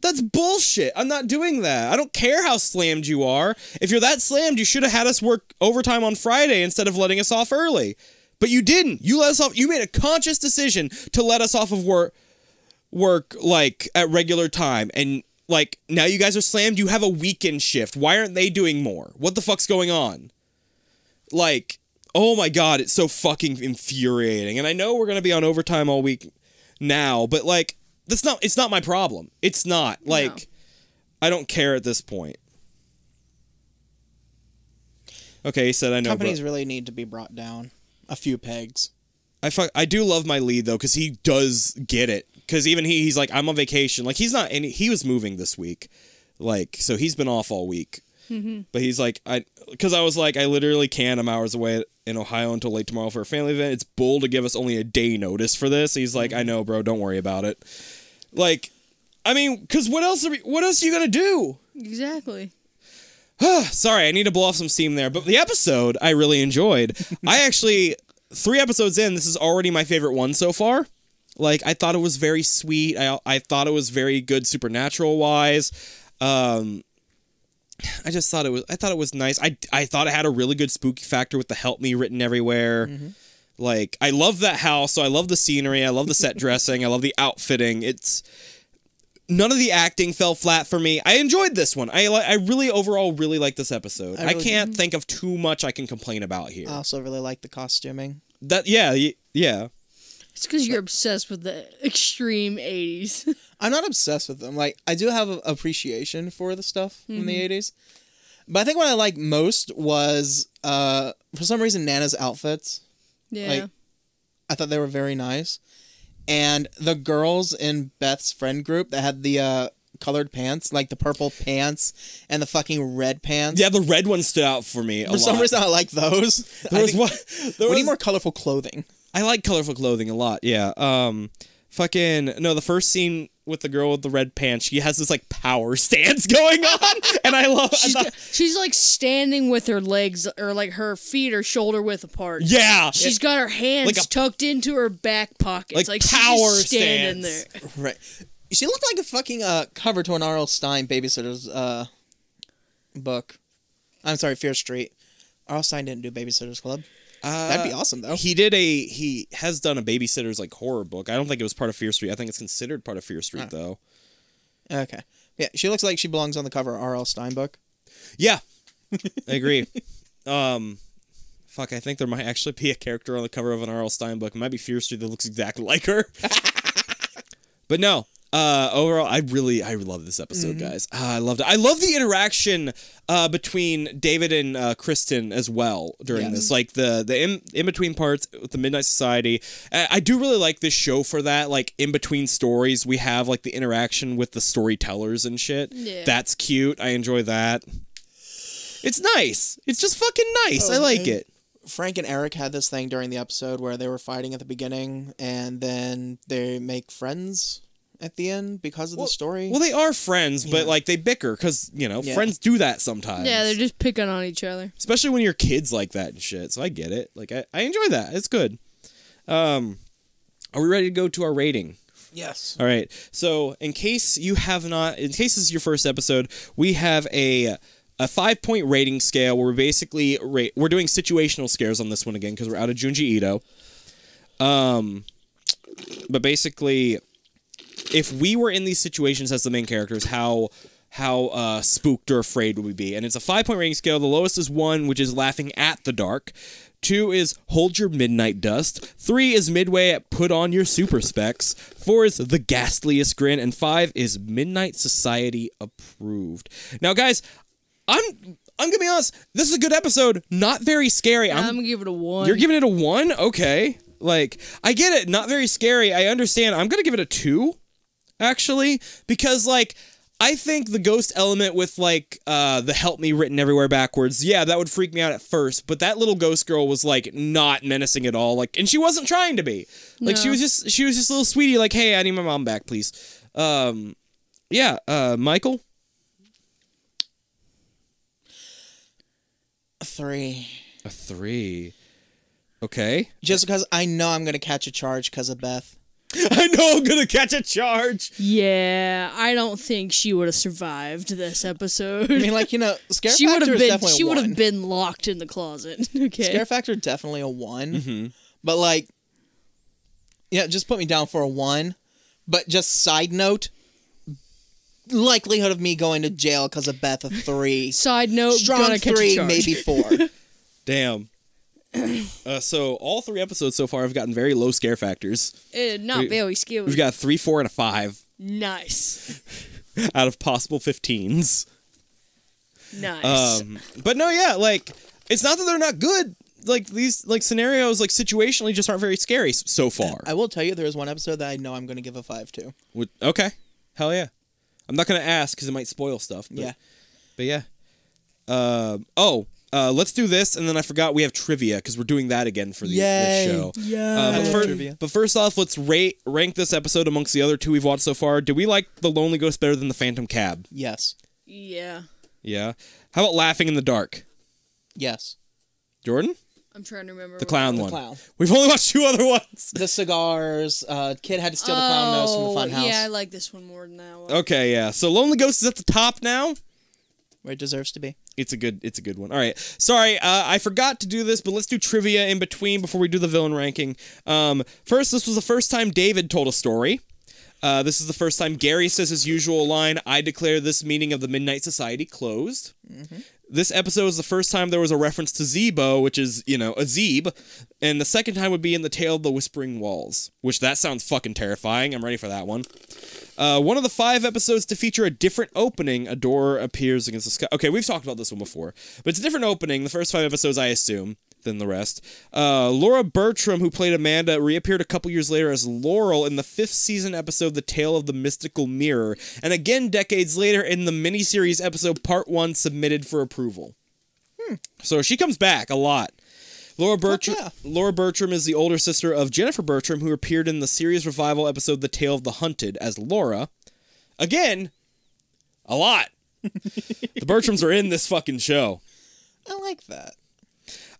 Speaker 1: That's bullshit. I'm not doing that. I don't care how slammed you are. If you're that slammed, you should have had us work overtime on Friday instead of letting us off early. But you didn't. You let us off. You made a conscious decision to let us off of work work like at regular time and like now you guys are slammed. You have a weekend shift. Why aren't they doing more? What the fuck's going on? Like, oh my god, it's so fucking infuriating. And I know we're going to be on overtime all week now, but like that's not it's not my problem. It's not. Like I don't care at this point. Okay, he said I know. but-
Speaker 2: Companies really need to be brought down a few pegs.
Speaker 1: I fuck, I do love my lead though because he does get it. Because even he, he's like, I'm on vacation. Like he's not, and he was moving this week, like so he's been off all week. But he's like, I because I was like, I literally can. I'm hours away in Ohio until late tomorrow for a family event. It's bull to give us only a day notice for this. He's like, I know, bro. Don't worry about it. Like, I mean, because what else? Are we, what else are you gonna do?
Speaker 3: Exactly.
Speaker 1: Sorry, I need to blow off some steam there. But the episode I really enjoyed. I actually three episodes in, this is already my favorite one so far. Like I thought it was very sweet. I I thought it was very good supernatural wise. Um I just thought it was I thought it was nice. I I thought it had a really good spooky factor with the help me written everywhere.
Speaker 2: Mm-hmm.
Speaker 1: Like I love that house, so I love the scenery, I love the set dressing, I love the outfitting. It's none of the acting fell flat for me. I enjoyed this one. I li- I really overall really like this episode. I,
Speaker 2: I really Oh.
Speaker 1: can't think of too much I can complain about here.
Speaker 2: I also really like the costuming.
Speaker 1: that yeah, y- yeah.
Speaker 3: It's because you're obsessed with the extreme 80s.
Speaker 2: I'm not obsessed with them. Like I do have a appreciation for the stuff
Speaker 1: Mm-hmm.
Speaker 2: from the 80s. But I think what I liked most was uh for some reason Nana's outfits.
Speaker 3: yeah.
Speaker 2: Like, I thought they were very nice. And the girls in Beth's friend group that had the uh colored pants, like the purple pants and the fucking red pants.
Speaker 1: Yeah, the red one stood out for me a
Speaker 2: For some
Speaker 1: lot.
Speaker 2: reason I like those.
Speaker 1: there
Speaker 2: I
Speaker 1: was
Speaker 2: think-
Speaker 1: one. There
Speaker 2: we
Speaker 1: was,
Speaker 2: need more colorful clothing.
Speaker 1: I like colorful clothing a lot. Yeah. Um, fucking no. The first scene with the girl with the red pants, she has this like power stance going on, and I love. I
Speaker 3: she's,
Speaker 1: thought-
Speaker 3: got- she's like standing with her legs or like her feet or shoulder width apart.
Speaker 1: yeah.
Speaker 3: She's got her hands
Speaker 1: Like a-
Speaker 3: tucked into her back pockets.
Speaker 1: Like
Speaker 3: Like, she's just
Speaker 1: power
Speaker 3: standing
Speaker 1: stance.
Speaker 3: there.
Speaker 2: Right. She looked like a fucking uh, cover to an R.L. Stein babysitter's uh, book. I'm sorry, Fear Street. R.L. Stein didn't do Babysitter's Club. That'd be awesome, though.
Speaker 1: Uh, He did a. He has done a babysitter's like horror book. I don't think it was part of Fear Street. I think it's considered part of Fear Street though.
Speaker 2: Okay. Yeah, she looks like she belongs on the cover of R.L. Stein book.
Speaker 1: Yeah, I agree. um, fuck, I think there might actually be a character on the cover of an R.L. Stein book. It might be Fear Street that looks exactly like her. but no, uh, overall, I really, I love this episode, guys. Ah, I loved it. I love the interaction uh, between David and uh, Kristen as well during this, like the the in, in between parts with the Midnight Society. I, I do really like this show for that. Like in between stories, we have like the interaction with the storytellers and shit.
Speaker 3: Yeah.
Speaker 1: That's cute. I enjoy that. It's nice. It's just fucking nice. I
Speaker 2: Oh,
Speaker 1: like
Speaker 2: and-
Speaker 1: it.
Speaker 2: Frank and Eric had this thing during the episode where they were fighting at the beginning and then they make friends at the end because of the story.
Speaker 1: Well, they are friends, but like they bicker because you know
Speaker 2: Yeah.
Speaker 1: friends do that sometimes.
Speaker 3: Yeah, they're just picking on each other.
Speaker 1: especially when you're kids like that and shit. So I get it. Like I, I enjoy that. It's good. Um, are we ready to go to our rating?
Speaker 2: yes.
Speaker 1: All right. So in case you have not, in case this is your first episode, we have a a five point rating scale where we basically rate. We're doing situational scares on this one again because we're out of Junji Ito. Um, but basically, if we were in these situations as the main characters, how how uh, spooked or afraid would we be? And it's a five point rating scale. The lowest is one, which is laughing at the dark. Two is hold your midnight dust. Three is midway at put on your super specs. Four is the ghastliest grin, and five is midnight society approved. Now, guys, I'm I'm gonna be honest. This is a good episode. Not very scary.
Speaker 3: I'm,
Speaker 1: I'm
Speaker 3: gonna give it a one.
Speaker 1: you're giving it a one? Okay. Like, I get it. Not very scary. I understand. I'm going to give it a two, actually, because, like, I think the ghost element with, like, uh, the help me written everywhere backwards, yeah, that would freak me out at first. But that little ghost girl was, like, not menacing at all. Like, and she wasn't trying to be. Like, she
Speaker 3: No.
Speaker 1: was just, she was just a little sweetie, like, hey, I need my mom back, please. Um, yeah, uh, Michael?
Speaker 2: Three.
Speaker 1: A three. Okay.
Speaker 2: Just because I know I'm going to catch a charge because of Beth.
Speaker 1: I know I'm going to catch a charge.
Speaker 3: yeah, I don't think she would have survived this episode.
Speaker 2: I mean, like, you know, Scare
Speaker 3: she would
Speaker 2: Factor
Speaker 3: have
Speaker 2: is
Speaker 3: been.
Speaker 2: definitely
Speaker 3: She
Speaker 2: a
Speaker 3: would
Speaker 2: one.
Speaker 3: have been locked in the closet. Okay. Mm-hmm.
Speaker 2: Scare factor definitely a one, but like, yeah, just put me down for a one. But just side note, likelihood of me going to jail because of Beth a three,
Speaker 3: Side note,
Speaker 2: strong
Speaker 3: gonna catch a
Speaker 2: three,
Speaker 3: charge.
Speaker 2: maybe four.
Speaker 1: Damn. uh, so all three episodes so far have gotten very low scare factors.
Speaker 3: Eh, not
Speaker 1: We-
Speaker 3: very scary.
Speaker 1: We've got a three, four, and a five
Speaker 3: nice,
Speaker 1: out of possible fifteens.
Speaker 3: nice.
Speaker 1: Um, but no, yeah, like It's not that they're not good. Like these like scenarios like situationally just aren't very scary s- so far.
Speaker 2: I will tell you, there is one episode that I know I'm going to give a five to.
Speaker 1: Would- okay, hell yeah. I'm not gonna ask because it might spoil stuff. But,
Speaker 2: Yeah.
Speaker 1: but yeah. Uh, oh, uh, let's do this, and then I forgot we have trivia because we're doing that again for the this
Speaker 2: Yay.
Speaker 1: show.
Speaker 3: Yeah.
Speaker 1: Uh, but,
Speaker 2: love
Speaker 1: fir-
Speaker 2: trivia.
Speaker 1: but first off, let's rate rank this episode amongst the other two we've watched so far. Do we like The Lonely Ghost better than The Phantom Cab?
Speaker 2: Yes.
Speaker 3: yeah.
Speaker 1: Yeah. How about Laughing in the Dark?
Speaker 2: Yes.
Speaker 1: Jordan,
Speaker 3: I'm trying to remember.
Speaker 1: the
Speaker 3: what-
Speaker 1: clown
Speaker 2: The
Speaker 1: one.
Speaker 2: clown.
Speaker 1: We've only watched two other ones.
Speaker 2: The cigars. Uh, kid had to steal the clown nose from the fun house.
Speaker 3: Oh, Yeah, I like this one more than that one.
Speaker 1: Okay, yeah. So Lonely Ghost is at the top now.
Speaker 2: Where it deserves to be.
Speaker 1: It's a good, it's a good one. All right, sorry, uh, I forgot to do this, but let's do trivia in between before we do the villain ranking. Um, first, this was the first time David told a story. Uh, this is the first time Gary says his usual line. I declare this meeting of the Midnight Society closed. This episode is the first time there was a reference to Zebo, which is you know a Zeeb, and the second time would be in the Tale of the Whispering Walls, which that sounds fucking terrifying. I'm ready for that one. Uh, one of the five episodes to feature a different opening. A door appears against the sky. Okay, we've talked about this one before, but it's a different opening. The first five episodes, I assume, than the rest. Uh, Laura Bertram, who played Amanda, reappeared a couple years later as Laurel in the fifth season episode, The Tale of the Mystical Mirror, and again decades later in the miniseries episode Part One, submitted for approval. So she comes back a lot. Laura Bertram,
Speaker 2: yeah.
Speaker 1: Laura Bertram is the older sister of Jennifer Bertram, who appeared in the series revival episode "The Tale of the Hunted" as Laura. Again, a lot. the Bertrams are in this fucking show.
Speaker 2: I like that.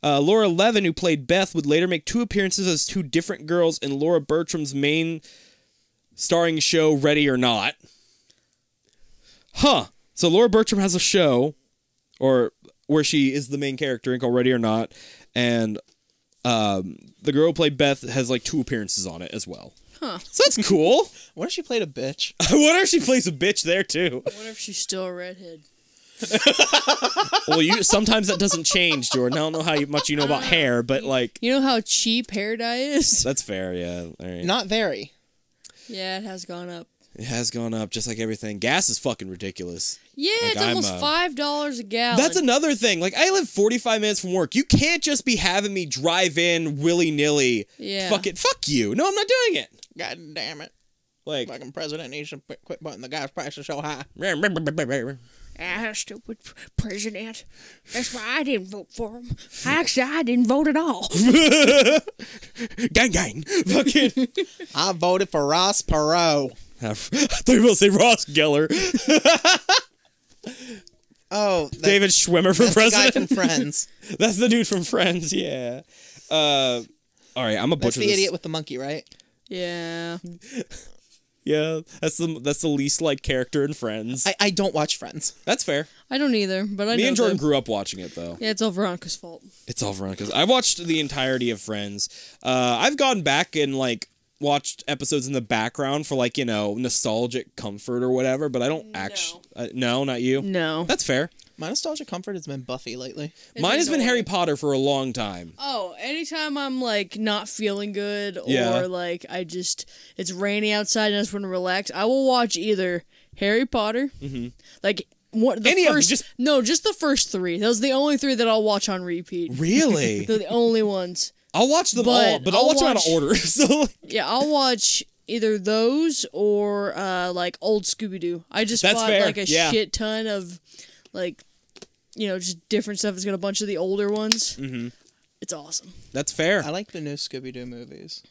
Speaker 1: Uh, Laura Levin, who played Beth, would later make two appearances as two different girls in Laura Bertram's main starring show, Ready or Not. Huh. So Laura Bertram has a show, or where she is the main character in called Ready or Not, and um, the girl who played Beth has like two appearances on it as well.
Speaker 3: Huh.
Speaker 1: So that's cool.
Speaker 2: What if she played a bitch?
Speaker 1: I wonder if she plays a bitch there too.
Speaker 3: What if she's still a redhead?
Speaker 1: Well, you sometimes that doesn't change, Jordan. I don't know how you- much you know about hair, but like
Speaker 3: You know how cheap hair dye is?
Speaker 1: that's fair. Yeah. All right.
Speaker 2: Not very.
Speaker 3: Yeah, it has gone up.
Speaker 1: It has gone up just like everything. Gas is fucking ridiculous.
Speaker 3: Yeah,
Speaker 1: Like,
Speaker 3: it's
Speaker 1: I'm,
Speaker 3: almost
Speaker 1: uh,
Speaker 3: five dollars a gallon.
Speaker 1: That's another thing. Like I live 45 minutes from work. You can't just be having me drive in willy-nilly.
Speaker 3: Yeah.
Speaker 1: Fuck it. Fuck you. No, I'm not doing it.
Speaker 2: God damn it.
Speaker 1: Like
Speaker 2: Fucking president needs to quit- quit button the gas price is so high.
Speaker 5: Ah, stupid president. That's why I didn't vote for him. Actually, I didn't vote at all.
Speaker 1: gang gang. Fucking
Speaker 2: I voted for Ross Perot.
Speaker 1: I thought you were gonna say Ross Geller.
Speaker 2: Oh, that,
Speaker 1: David Schwimmer for
Speaker 2: that's the guy
Speaker 1: president.
Speaker 2: from Friends.
Speaker 1: That's the dude from Friends, yeah. Uh all right, I'm a
Speaker 2: That's
Speaker 1: butcher.
Speaker 2: the
Speaker 1: this.
Speaker 2: idiot with the monkey, right?
Speaker 3: yeah.
Speaker 1: Yeah, that's the that's the least like character in Friends.
Speaker 2: I, I don't watch Friends.
Speaker 1: that's fair.
Speaker 3: I don't either, but I
Speaker 1: Me
Speaker 3: know
Speaker 1: and Jordan
Speaker 3: the-
Speaker 1: grew up watching it though.
Speaker 3: yeah, it's all Veronica's fault.
Speaker 1: It's all Veronica's. I've watched the entirety of Friends. Uh, I've gone back and like watched episodes in the background for like you know nostalgic comfort or whatever, but I don't actually. Uh, no, not you.
Speaker 3: No.
Speaker 1: That's fair.
Speaker 2: My nostalgia comfort has been Buffy lately.
Speaker 1: Mine has been
Speaker 3: annoying.
Speaker 1: Harry Potter for a long time.
Speaker 3: Oh, anytime I'm like not feeling good or
Speaker 1: Yeah.
Speaker 3: like I just it's rainy outside and I just want to relax, I will watch either Harry Potter, like what
Speaker 1: Mm-hmm.
Speaker 3: the
Speaker 1: Any of 'em,
Speaker 3: first
Speaker 1: just-
Speaker 3: no, just the first three. Those are the only three that I'll watch on repeat.
Speaker 1: Really?
Speaker 3: They're the only ones.
Speaker 1: I'll watch them
Speaker 3: But
Speaker 1: all, but I'll,
Speaker 3: I'll
Speaker 1: watch, them out
Speaker 3: watch-
Speaker 1: of order. so like,
Speaker 3: Yeah, I'll watch either those or uh like old Scooby Doo. I just
Speaker 1: That's
Speaker 3: bought
Speaker 1: fair,
Speaker 3: like a
Speaker 1: yeah.
Speaker 3: shit ton of like you know just different stuff. It's got a bunch of the older ones. Mm-hmm. It's awesome.
Speaker 1: that's fair.
Speaker 2: I like the new Scooby Doo movies.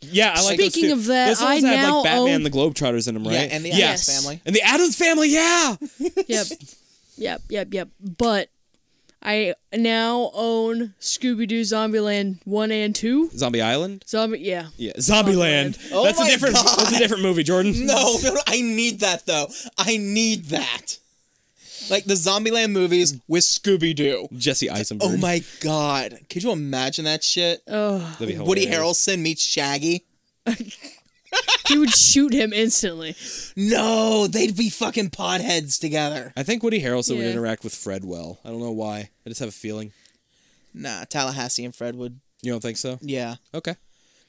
Speaker 1: yeah, I like those
Speaker 3: Speaking
Speaker 1: too.
Speaker 3: of that,
Speaker 1: Those ones
Speaker 3: I
Speaker 1: have
Speaker 3: now
Speaker 1: like Batman
Speaker 3: own-
Speaker 1: the Globetrotters in them, right?
Speaker 2: Yeah, and the
Speaker 1: yes.
Speaker 2: Addams Family.
Speaker 1: And the Adams Family, yeah.
Speaker 3: yep. Yep, yep, yep. But I now own Scooby Doo Zombieland 1 and 2.
Speaker 1: Zombie Island.
Speaker 3: Zombie, yeah.
Speaker 1: Yeah, Zombieland.
Speaker 2: Oh
Speaker 1: that's a
Speaker 2: my
Speaker 1: different.
Speaker 2: God.
Speaker 1: That's a different movie, Jordan.
Speaker 2: No, no, no, I need that though. I need that. Like the Zombieland movies with Scooby Doo.
Speaker 1: Jesse Eisenberg.
Speaker 2: Oh my god. Could you imagine that shit?
Speaker 3: Oh,
Speaker 1: That'd be
Speaker 2: Woody
Speaker 1: hilarious.
Speaker 2: Harrelson meets Shaggy.
Speaker 3: he would shoot him instantly.
Speaker 2: No, they'd be fucking potheads together.
Speaker 1: I think Woody Harrelson would
Speaker 3: Yeah.
Speaker 1: interact with Fred well. I don't know why. I just have a feeling.
Speaker 2: Nah, Tallahassee and Fred would.
Speaker 1: You don't think so?
Speaker 2: Yeah.
Speaker 1: Okay.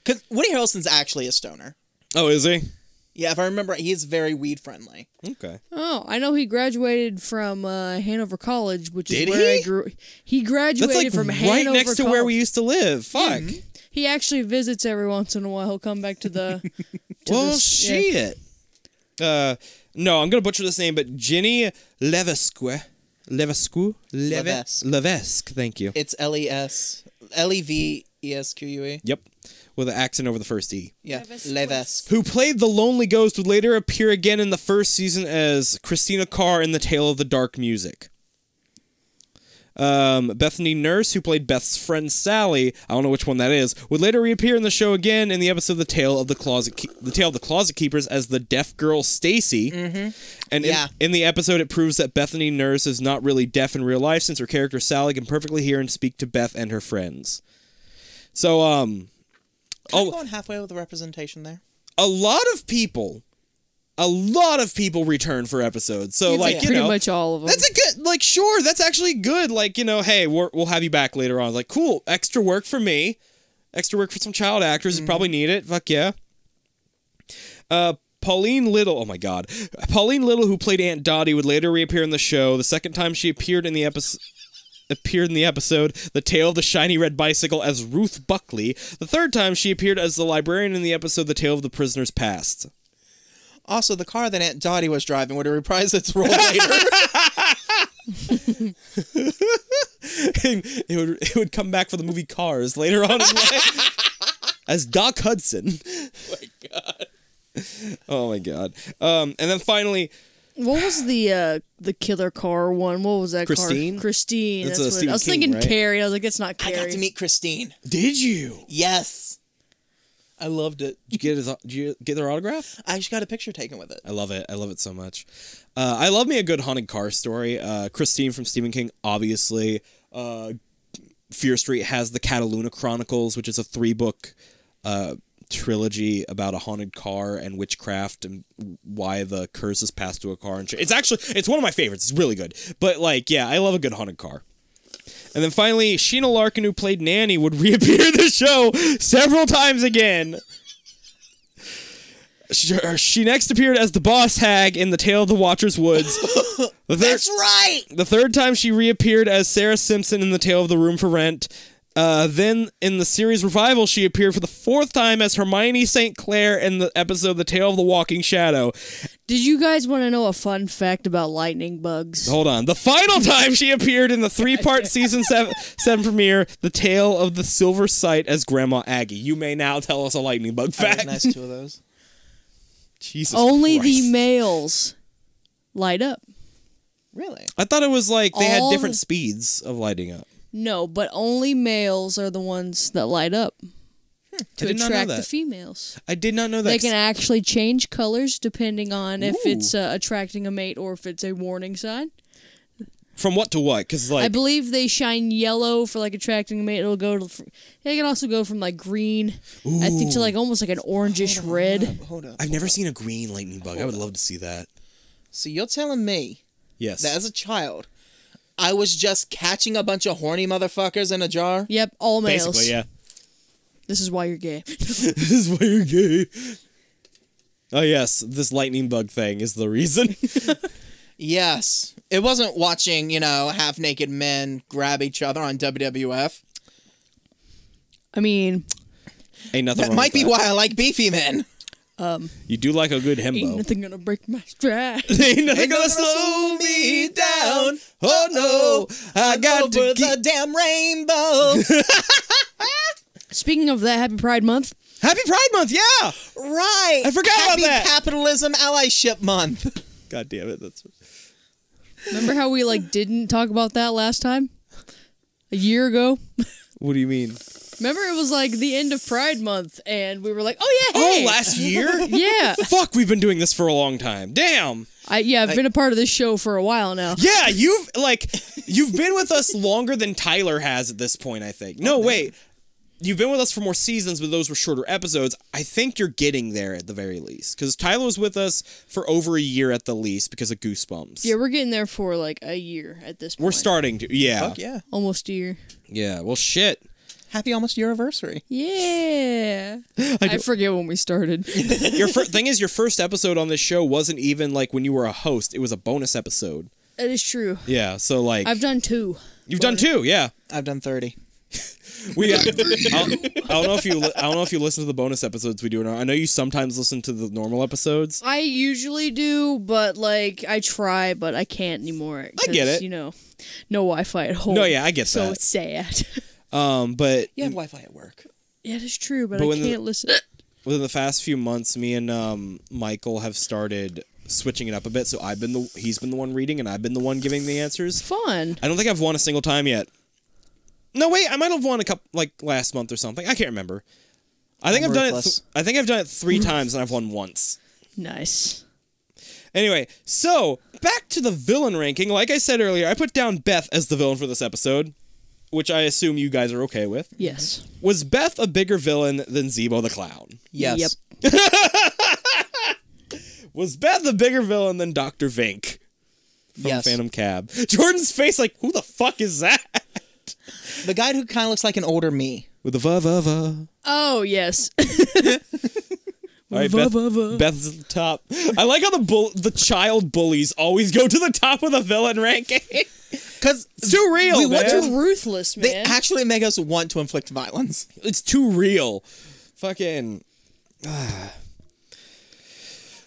Speaker 2: Because Woody Harrelson's actually a stoner.
Speaker 1: Oh, is he?
Speaker 2: Yeah, if I remember, he is very weed friendly.
Speaker 1: Okay.
Speaker 3: Oh, I know he graduated from uh, Hanover College, which
Speaker 1: Did
Speaker 3: is where
Speaker 1: he?
Speaker 3: I grew. He graduated
Speaker 1: That's like
Speaker 3: from
Speaker 1: right
Speaker 3: Hanover
Speaker 1: next to where
Speaker 3: Col-
Speaker 1: we used to live. Fuck.
Speaker 3: He actually visits every once in a while. He'll come back to the. to
Speaker 1: Well,
Speaker 3: this- yeah.
Speaker 1: shit. Uh, no, I'm gonna butcher this name, but Ginny Levesque, Levesque, Levesque,
Speaker 2: Levesque.
Speaker 1: Levesque. Thank you.
Speaker 2: It's L E S L E V E S Q U E.
Speaker 1: Yep, with an accent over the first e.
Speaker 2: Yeah,
Speaker 5: Levis-
Speaker 2: Levesque.
Speaker 1: Who played the Lonely Ghost would later appear again in the first season as Christina Carr in the Tale of the Dark Music. Um, Bethany Nurse, who played Beth's friend Sally, I don't know which one that is, would later reappear in the show again in the episode "The Tale of the Closet," Keep the Tale of the Closet Keepers as the deaf girl Stacy. Mm-hmm. And in-
Speaker 2: Yeah.
Speaker 1: in, the episode, it proves that Bethany Nurse is not really deaf in real life, since her character Sally can perfectly hear and speak to Beth and her friends. So, um,
Speaker 2: Oh,
Speaker 1: oh,
Speaker 2: going halfway with the representation there.
Speaker 1: a lot of people, a lot of people return for episodes. So
Speaker 3: It's
Speaker 1: like, you
Speaker 3: pretty
Speaker 1: know,
Speaker 3: much all of them.
Speaker 1: that's a good like sure that's actually good. Like you know, hey, we're, we'll have you back later on. Like cool, extra work for me, extra work for some child actors who
Speaker 3: Mm-hmm.
Speaker 1: probably need it. Fuck yeah. Uh, Pauline Little, oh my god, Pauline Little, who played Aunt Dottie, would later reappear in the show. The second time she appeared in the episode appeared in the episode The Tale of the Shiny Red Bicycle as Ruth Buckley. The third time she appeared as the librarian in the episode The Tale of the Prisoner's Past.
Speaker 2: Also, the car that Aunt Dottie was driving would reprise its role later.
Speaker 1: And it would it would come back for the movie Cars later on in life as Doc Hudson. Oh my god. Oh my god. Um, and then finally,
Speaker 3: What was the uh, the killer car one? What was that?
Speaker 1: Christine?
Speaker 3: Car? Christine.
Speaker 1: That's
Speaker 3: That's,
Speaker 1: a
Speaker 3: what it- I was
Speaker 1: Stephen King,
Speaker 3: thinking
Speaker 1: right?
Speaker 3: Carrie. I was like, that's not
Speaker 2: I
Speaker 3: Carrie.
Speaker 2: got to meet Christine.
Speaker 1: did you?
Speaker 2: Yes, I loved it.
Speaker 1: Did you get his, did you get their autograph?
Speaker 2: I just got a picture taken with it.
Speaker 1: I love it. I love it so much. Uh, I love me a good haunted car story. Uh, Christine from Stephen King, obviously. Uh, Fear Street has the Cataluna Chronicles, which is a three book uh, trilogy about a haunted car and witchcraft and why the curse is passed to a car. And shit. it's actually it's one of my favorites. It's really good. But like, yeah, I love a good haunted car. And then finally, Sheena Larkin, who played Nanny, would reappear in the show several times again. She, er, she next appeared as the boss hag in The Tale of the Watcher's Woods. The third,
Speaker 2: That's right.
Speaker 1: the third time she reappeared as Sarah Simpson in The Tale of the Room for Rent. Uh, then in the series revival, she appeared for the fourth time as Hermione St. Clair in the episode The Tale of the Walking Shadow.
Speaker 3: Did you guys want to know a fun fact about lightning bugs?
Speaker 1: Hold on. The final time she appeared in the three part season seven, seven premiere, The Tale of the Silver Sight as Grandma Aggie. You may now tell us a lightning bug
Speaker 2: I
Speaker 1: fact.
Speaker 2: recognized two of those.
Speaker 1: Jesus
Speaker 3: Only
Speaker 1: Christ.
Speaker 3: the males light up.
Speaker 2: Really?
Speaker 1: I thought it was like they had
Speaker 3: All
Speaker 1: different
Speaker 3: the-
Speaker 1: speeds of lighting up.
Speaker 3: No, but only males are the ones that light up to
Speaker 1: I did not know
Speaker 3: attract the
Speaker 1: that.
Speaker 3: females.
Speaker 1: I did not know that.
Speaker 3: They can actually change colors depending on if
Speaker 1: Ooh.
Speaker 3: it's uh, attracting a mate or if it's a warning sign.
Speaker 1: From what to what? Because like
Speaker 3: I believe they shine yellow for like attracting a mate. It'll go to. fr- They can also go from like green, I think, to like almost like an orangish red.
Speaker 2: Hold up.
Speaker 1: I've never seen a green lightning bug. I would love to see that.
Speaker 2: So you're telling me
Speaker 1: Yes.
Speaker 2: that as a child, I was just catching a bunch of horny motherfuckers in a jar?
Speaker 3: Yep, all males.
Speaker 1: basically yeah.
Speaker 3: This is why you're gay.
Speaker 1: this is why you're gay. Oh yes, this lightning bug thing is the reason.
Speaker 2: Yes. It wasn't watching, you know, half naked men grab each other on WWF.
Speaker 3: I mean,
Speaker 1: Ain't nothing
Speaker 2: That
Speaker 1: wrong
Speaker 2: might be
Speaker 1: with
Speaker 2: why I like beefy men.
Speaker 1: You do like a good
Speaker 3: ain't
Speaker 1: hembo.
Speaker 3: nothing gonna break my stride.
Speaker 1: Ain't
Speaker 2: gonna
Speaker 1: nothing gonna slow me down. Oh no, I got
Speaker 2: Over
Speaker 1: to
Speaker 2: the damn rainbow.
Speaker 3: Speaking of that, Happy Pride Month.
Speaker 1: Happy Pride Month, yeah.
Speaker 2: right.
Speaker 1: I forgot about
Speaker 2: Happy
Speaker 1: that.
Speaker 2: Capitalism Allyship Month.
Speaker 1: God damn it, that's
Speaker 3: Remember how we like didn't talk about that last time? A year ago?
Speaker 1: What do you mean?
Speaker 3: Remember it was like the end of Pride Month and we were like, "Oh yeah, hey."
Speaker 1: Oh, last year?
Speaker 3: yeah.
Speaker 1: Fuck, we've been doing this for a long time. Damn.
Speaker 3: I yeah, I've been a part of this show for a while now.
Speaker 1: Yeah, you've like you've been with us longer than Tyler has at this point, I think.
Speaker 3: Oh,
Speaker 1: No, wait. You've been with us for more seasons, but those were shorter episodes. I think you're getting there at the very least. Because Tyler was with us for over a year at the least because of Goosebumps.
Speaker 3: Yeah, we're getting there for like a year at this point.
Speaker 1: We're starting to. Yeah.
Speaker 2: yeah.
Speaker 3: almost a year.
Speaker 1: Yeah. Well, shit.
Speaker 2: happy almost year anniversary.
Speaker 3: Yeah. I, forget when we started.
Speaker 1: Your fir- thing is, your first episode on this show wasn't even like when you were a host. It was a bonus episode.
Speaker 3: that is true.
Speaker 1: Yeah, so like
Speaker 3: I've done two.
Speaker 1: you've done two. Yeah,
Speaker 2: I've done 30.
Speaker 1: we. I, don't- I don't know if you. Li- I don't know if you listen to the bonus episodes we do. Or not. I know you sometimes listen to the normal episodes.
Speaker 3: I usually do, but like I try, but I can't anymore.
Speaker 1: I get
Speaker 3: 'cause,
Speaker 1: it.
Speaker 3: You know, no Wi-Fi at home.
Speaker 1: No, yeah, I get
Speaker 3: so
Speaker 1: that.
Speaker 3: it's sad.
Speaker 1: Um, but
Speaker 2: You have Wi Fi at work.
Speaker 3: yeah, it's true, but,
Speaker 1: But
Speaker 3: I
Speaker 1: when the-
Speaker 3: can't listen.
Speaker 1: within the past few months, me and um, Michael have started switching it up a bit. So I've been the he's been the one reading, and I've been the one giving the answers.
Speaker 3: Fun.
Speaker 1: I don't think I've won a single time yet. No, wait, I might have won a couple like last month or something. I can't remember. I think i
Speaker 2: I'm
Speaker 1: have done it.
Speaker 2: worthless.
Speaker 1: th- I think I've done it three times, and I've won once.
Speaker 3: Nice.
Speaker 1: Anyway, so back to the villain ranking. Like I said earlier, I put down Beth as the villain for this episode, which I assume you guys are okay with.
Speaker 3: Yes.
Speaker 1: Was Beth a bigger villain than Zebo the clown?
Speaker 2: Yes.
Speaker 3: Yep.
Speaker 1: Was Beth a bigger villain than Dr. Vink from
Speaker 2: yes.
Speaker 1: Phantom Cab? Jordan's face, like, who the fuck is that?
Speaker 2: The guy who kind of looks like an older me.
Speaker 1: With the va va va.
Speaker 3: Oh yes.
Speaker 1: All right, Beth, Beth's at the top. I like how the bull, the child bullies always go to the top of the villain ranking.
Speaker 2: Because
Speaker 1: It's too real,
Speaker 2: We
Speaker 1: man.
Speaker 2: want
Speaker 3: You're ruthless,
Speaker 2: they
Speaker 3: man.
Speaker 2: actually make us want to inflict violence.
Speaker 1: it's too real. Fucking.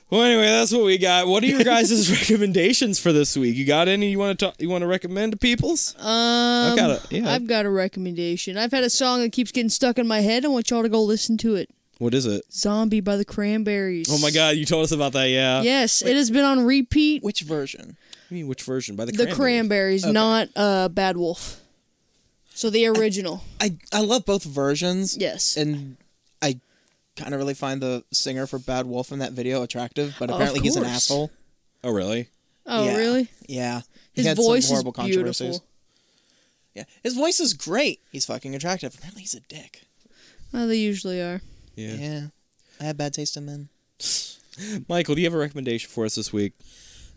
Speaker 1: well, anyway, that's what we got. What are your guys' recommendations for this week? You got any you want to talk? You want to recommend to people's?
Speaker 3: um,
Speaker 1: I've got a yeah.
Speaker 3: I've got a recommendation. I've had a song that keeps getting stuck in my head. I want y'all to go listen to it.
Speaker 1: What is it?
Speaker 3: Zombie by the Cranberries.
Speaker 1: Oh my god, you told us about that. Yeah.
Speaker 3: Yes, it has been on repeat.
Speaker 2: Which version?
Speaker 1: I mean, which version? By the
Speaker 3: The
Speaker 1: Cranberries.
Speaker 3: Cranberries, not uh, Bad Wolf. So the original.
Speaker 2: I I love both versions.
Speaker 3: Yes.
Speaker 2: And I kind of really find the singer for Bad Wolf in that video attractive, but
Speaker 3: Of
Speaker 2: apparently he's an
Speaker 3: course.
Speaker 2: asshole.
Speaker 1: Oh really?
Speaker 3: Oh,
Speaker 2: Yeah.
Speaker 3: really?
Speaker 2: Yeah. He
Speaker 3: His
Speaker 2: had some
Speaker 3: voice is
Speaker 2: horrible controversies.
Speaker 3: beautiful.
Speaker 2: Yeah. His voice is great. He's fucking attractive. Apparently he's a dick.
Speaker 3: Oh, they usually are.
Speaker 1: Yeah.
Speaker 2: Yeah. I have bad taste in men.
Speaker 1: Michael, do you have a recommendation for us this week?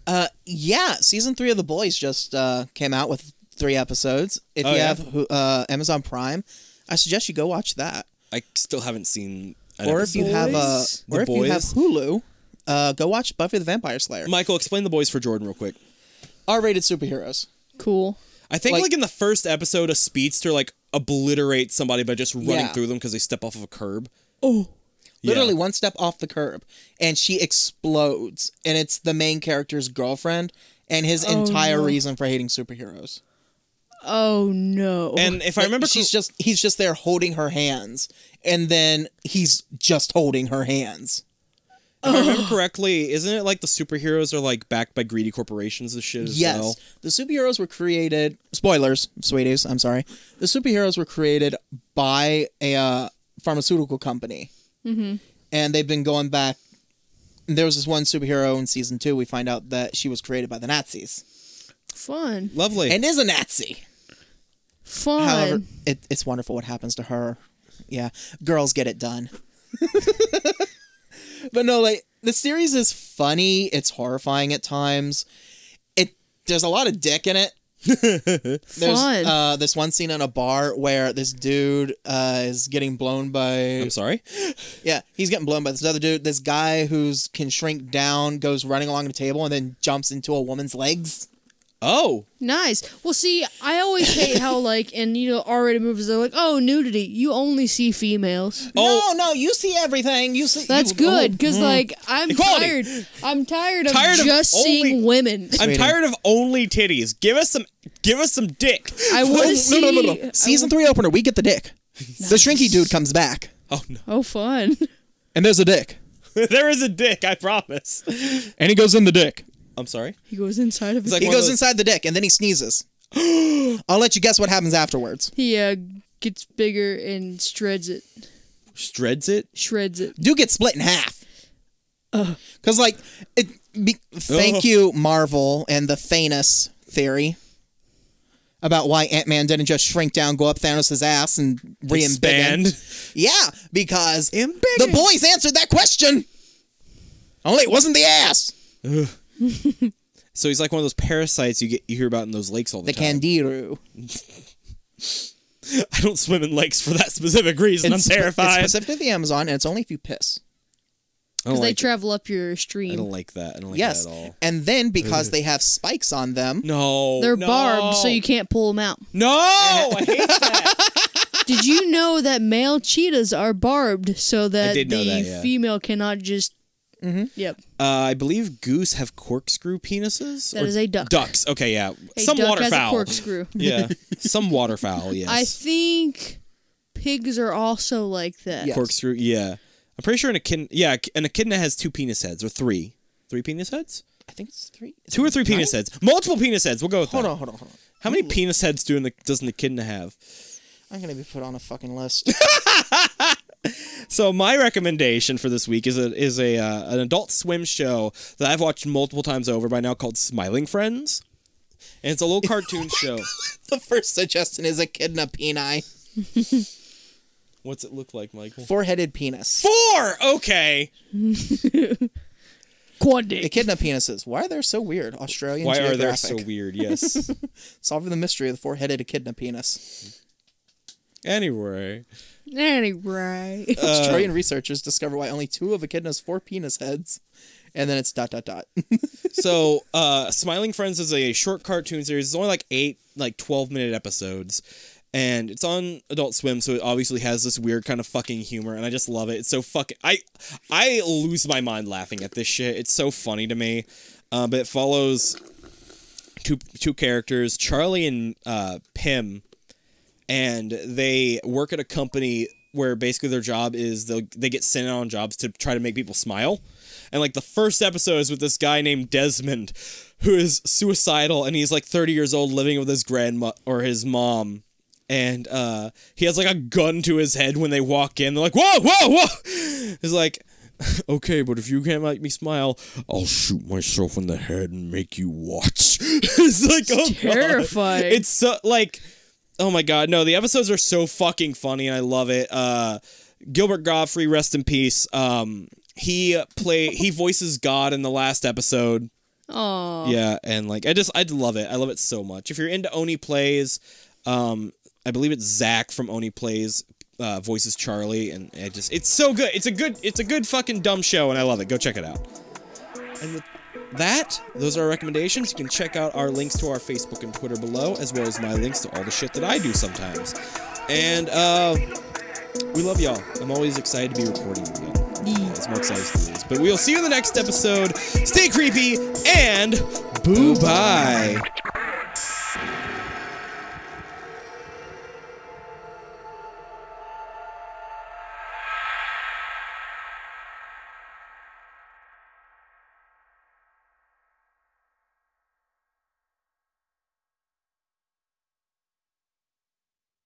Speaker 2: Uh, yeah, season three of The Boys just uh, came out with three episodes. If
Speaker 1: Oh,
Speaker 2: you
Speaker 1: yeah?
Speaker 2: have who- uh, Amazon Prime, I suggest you go watch that.
Speaker 1: I still haven't seen. An
Speaker 2: Or if
Speaker 1: episode.
Speaker 2: you have uh,
Speaker 3: Boys?
Speaker 1: The
Speaker 2: or if you have
Speaker 1: Boys?
Speaker 2: Hulu, uh, go watch Buffy the Vampire Slayer.
Speaker 1: Michael, explain the boys for Jordan real quick.
Speaker 2: R-rated superheroes.
Speaker 3: Cool.
Speaker 1: I think like,
Speaker 2: Like-
Speaker 1: in the first episode, a speedster like obliterates somebody by just running
Speaker 2: Yeah.
Speaker 1: through them because they step off of a curb. Yeah.
Speaker 2: Literally one step off the curb, and she explodes, and it's the main character's girlfriend, and his entire reason for hating superheroes.
Speaker 3: Oh no.
Speaker 1: And if I
Speaker 2: Like,
Speaker 1: remember, cor-
Speaker 2: she's just he's just there holding her hands, and then he's just holding her hands.
Speaker 1: if I remember correctly, isn't it like the superheroes are like backed by greedy corporations and shit as
Speaker 2: Yes.
Speaker 1: well?
Speaker 2: The superheroes were created. Spoilers, sweeties. I'm sorry. The superheroes were created by a uh, pharmaceutical company, and they've been going back. There was this one superhero in season two. We find out that she was created by the Nazis
Speaker 3: fun.
Speaker 1: Lovely.
Speaker 2: and is a Nazi.
Speaker 3: Fun.
Speaker 2: However, it, it's wonderful what happens to her. Yeah, girls get it done. but no, like the series is funny. It's horrifying at times. It there's a lot of dick in it. There's
Speaker 3: Fun.
Speaker 2: uh, this one scene in a bar where this dude uh, is getting blown by
Speaker 1: I'm sorry.
Speaker 2: yeah he's getting blown by this other dude. This guy who's can shrink down goes running along the table and then jumps into a woman's legs.
Speaker 1: Oh,
Speaker 3: nice. Well, see, I always hate how like in you know R-rated movies they're like, oh nudity, you only see females.
Speaker 1: Oh.
Speaker 2: No, no, you see everything. You see
Speaker 3: That's
Speaker 2: you- mm.
Speaker 3: good because like I'm
Speaker 1: Equality.
Speaker 3: tired. I'm tired of
Speaker 1: Tired of
Speaker 3: just
Speaker 1: only-
Speaker 3: seeing women.
Speaker 1: I'm
Speaker 2: Sweetie.
Speaker 1: tired of only titties. Give us some. Give us some dick.
Speaker 3: I
Speaker 2: Oh,
Speaker 3: want to see.
Speaker 2: no, no, no, no.
Speaker 3: I
Speaker 2: Season three opener, we get the dick. The shrinky dude comes back,
Speaker 1: Oh no,
Speaker 3: Oh, fun.
Speaker 2: and there's a dick,
Speaker 1: there is a dick. I promise.
Speaker 2: and he goes in the dick.
Speaker 1: I'm sorry.
Speaker 3: He goes inside of his.
Speaker 1: like-
Speaker 2: He
Speaker 1: One of
Speaker 2: goes
Speaker 1: those-
Speaker 2: inside the dick, and then he sneezes. I'll let you guess what happens afterwards.
Speaker 3: he uh, gets bigger and shreds it.
Speaker 1: Shreds it.
Speaker 3: Shreds it.
Speaker 2: Do get split in half. Because like, it. Be, thank
Speaker 1: Ugh.
Speaker 2: you, Marvel, and the Thanos theory about why Ant Man didn't just shrink down, go up Thanos' ass, and re
Speaker 1: Expand.
Speaker 2: Yeah, because
Speaker 1: Embiggen.
Speaker 2: the boys answered that question. Only it wasn't the ass.
Speaker 1: So he's like one of those parasites you get you hear about in those lakes all the,
Speaker 2: The
Speaker 1: time.
Speaker 2: Candiru.
Speaker 1: I don't swim in lakes for that specific reason.
Speaker 2: It's spe-
Speaker 1: I'm terrified.
Speaker 2: It's specifically the Amazon, and it's only if you piss.
Speaker 1: I
Speaker 3: because
Speaker 1: don't
Speaker 3: they
Speaker 1: like-
Speaker 3: travel up your
Speaker 1: I don't
Speaker 3: stream.
Speaker 1: like that. I don't like
Speaker 2: yes,
Speaker 1: that at all.
Speaker 2: and then because they have spikes on them,
Speaker 1: No,
Speaker 3: They're
Speaker 1: no.
Speaker 3: barbed, so you can't pull them out.
Speaker 1: No, I hate that.
Speaker 3: Did you know that male cheetahs are barbed so that the
Speaker 1: did know that, yeah.
Speaker 3: female cannot just? Yep,
Speaker 1: uh, I believe goose have corkscrew penises.
Speaker 3: That
Speaker 1: Or
Speaker 3: is a duck.
Speaker 1: Ducks. Okay, yeah.
Speaker 3: a
Speaker 1: Some
Speaker 3: duck has a
Speaker 1: waterfowl.
Speaker 3: corkscrew.
Speaker 1: yeah, some waterfowl. Yes.
Speaker 3: I think pigs are also like that.
Speaker 2: Yeah.
Speaker 1: corkscrew. Yeah, I'm pretty sure an echidna. Yeah, an echidna has two penis heads or three. Three penis heads?
Speaker 2: I think it's three.
Speaker 1: Two or three penis heads? Multiple penis heads. We'll go with
Speaker 2: Hold
Speaker 1: that.
Speaker 2: on, hold on, hold on.
Speaker 1: How many penis heads do an, does an echidna have?
Speaker 2: I'm gonna be put on a fucking list.
Speaker 1: So my recommendation for this week is a is a uh, an adult swim show that I've watched multiple times over by now called Smiling Friends, and it's a little cartoon show.
Speaker 2: the first suggestion is echidna peni,
Speaker 1: What's it look like, Michael?
Speaker 2: four-headed penis.
Speaker 1: Four. Okay.
Speaker 3: Quad dick.
Speaker 2: Echidna penises. Why are they so weird? Australian
Speaker 1: Why are
Speaker 2: Geographic.
Speaker 1: they so weird? Yes.
Speaker 2: Solving the mystery of the four-headed echidna penis.
Speaker 1: anyway,
Speaker 3: Anyway,
Speaker 1: Uh,
Speaker 2: Australian researchers discover why only two of echidna's four penis heads, and then it's dot dot dot.
Speaker 1: so uh, Smiling Friends is a short cartoon series. It's only like eight, like twelve minute episodes. And it's on Adult Swim, so it obviously has this weird kind of fucking humor, and I just love it. It's so fucking I, I lose my mind laughing at this shit. It's so funny to me. Uh, but it follows two two characters, Charlie and uh, Pim, and they work at a company where basically their job is they they get sent out on jobs to try to make people smile. And like the first episode is with this guy named Desmond who is suicidal and he's like 30 years old living with his grandma or his mom. And uh, he has like a gun to his head when they walk in. They're like, whoa, whoa, whoa. He's like, okay, but if you can't make me smile, I'll shoot myself in the head and make you watch. it's like, oh, God.
Speaker 3: terrifying.
Speaker 1: It's so, like, oh my God. No, the episodes are so fucking funny and I love it. Uh, Gilbert Godfrey, rest in peace. Um, he play he voices God in the last episode.
Speaker 3: Aw.
Speaker 1: Yeah, and like I just I love it. I love it so much. If you're into Oni plays, um, I believe it's Zach from Oni plays uh, voices Charlie, and it just it's so good. It's a good it's a good fucking dumb show, and I love it. Go check it out. And with that, those are our recommendations. You can check out our links to our Facebook and Twitter below, as well as my links to all the shit that I do sometimes. And uh, we love y'all. I'm always excited to be recording again. It's more excited than this. But we'll see you in the next episode. Stay creepy and boo bye.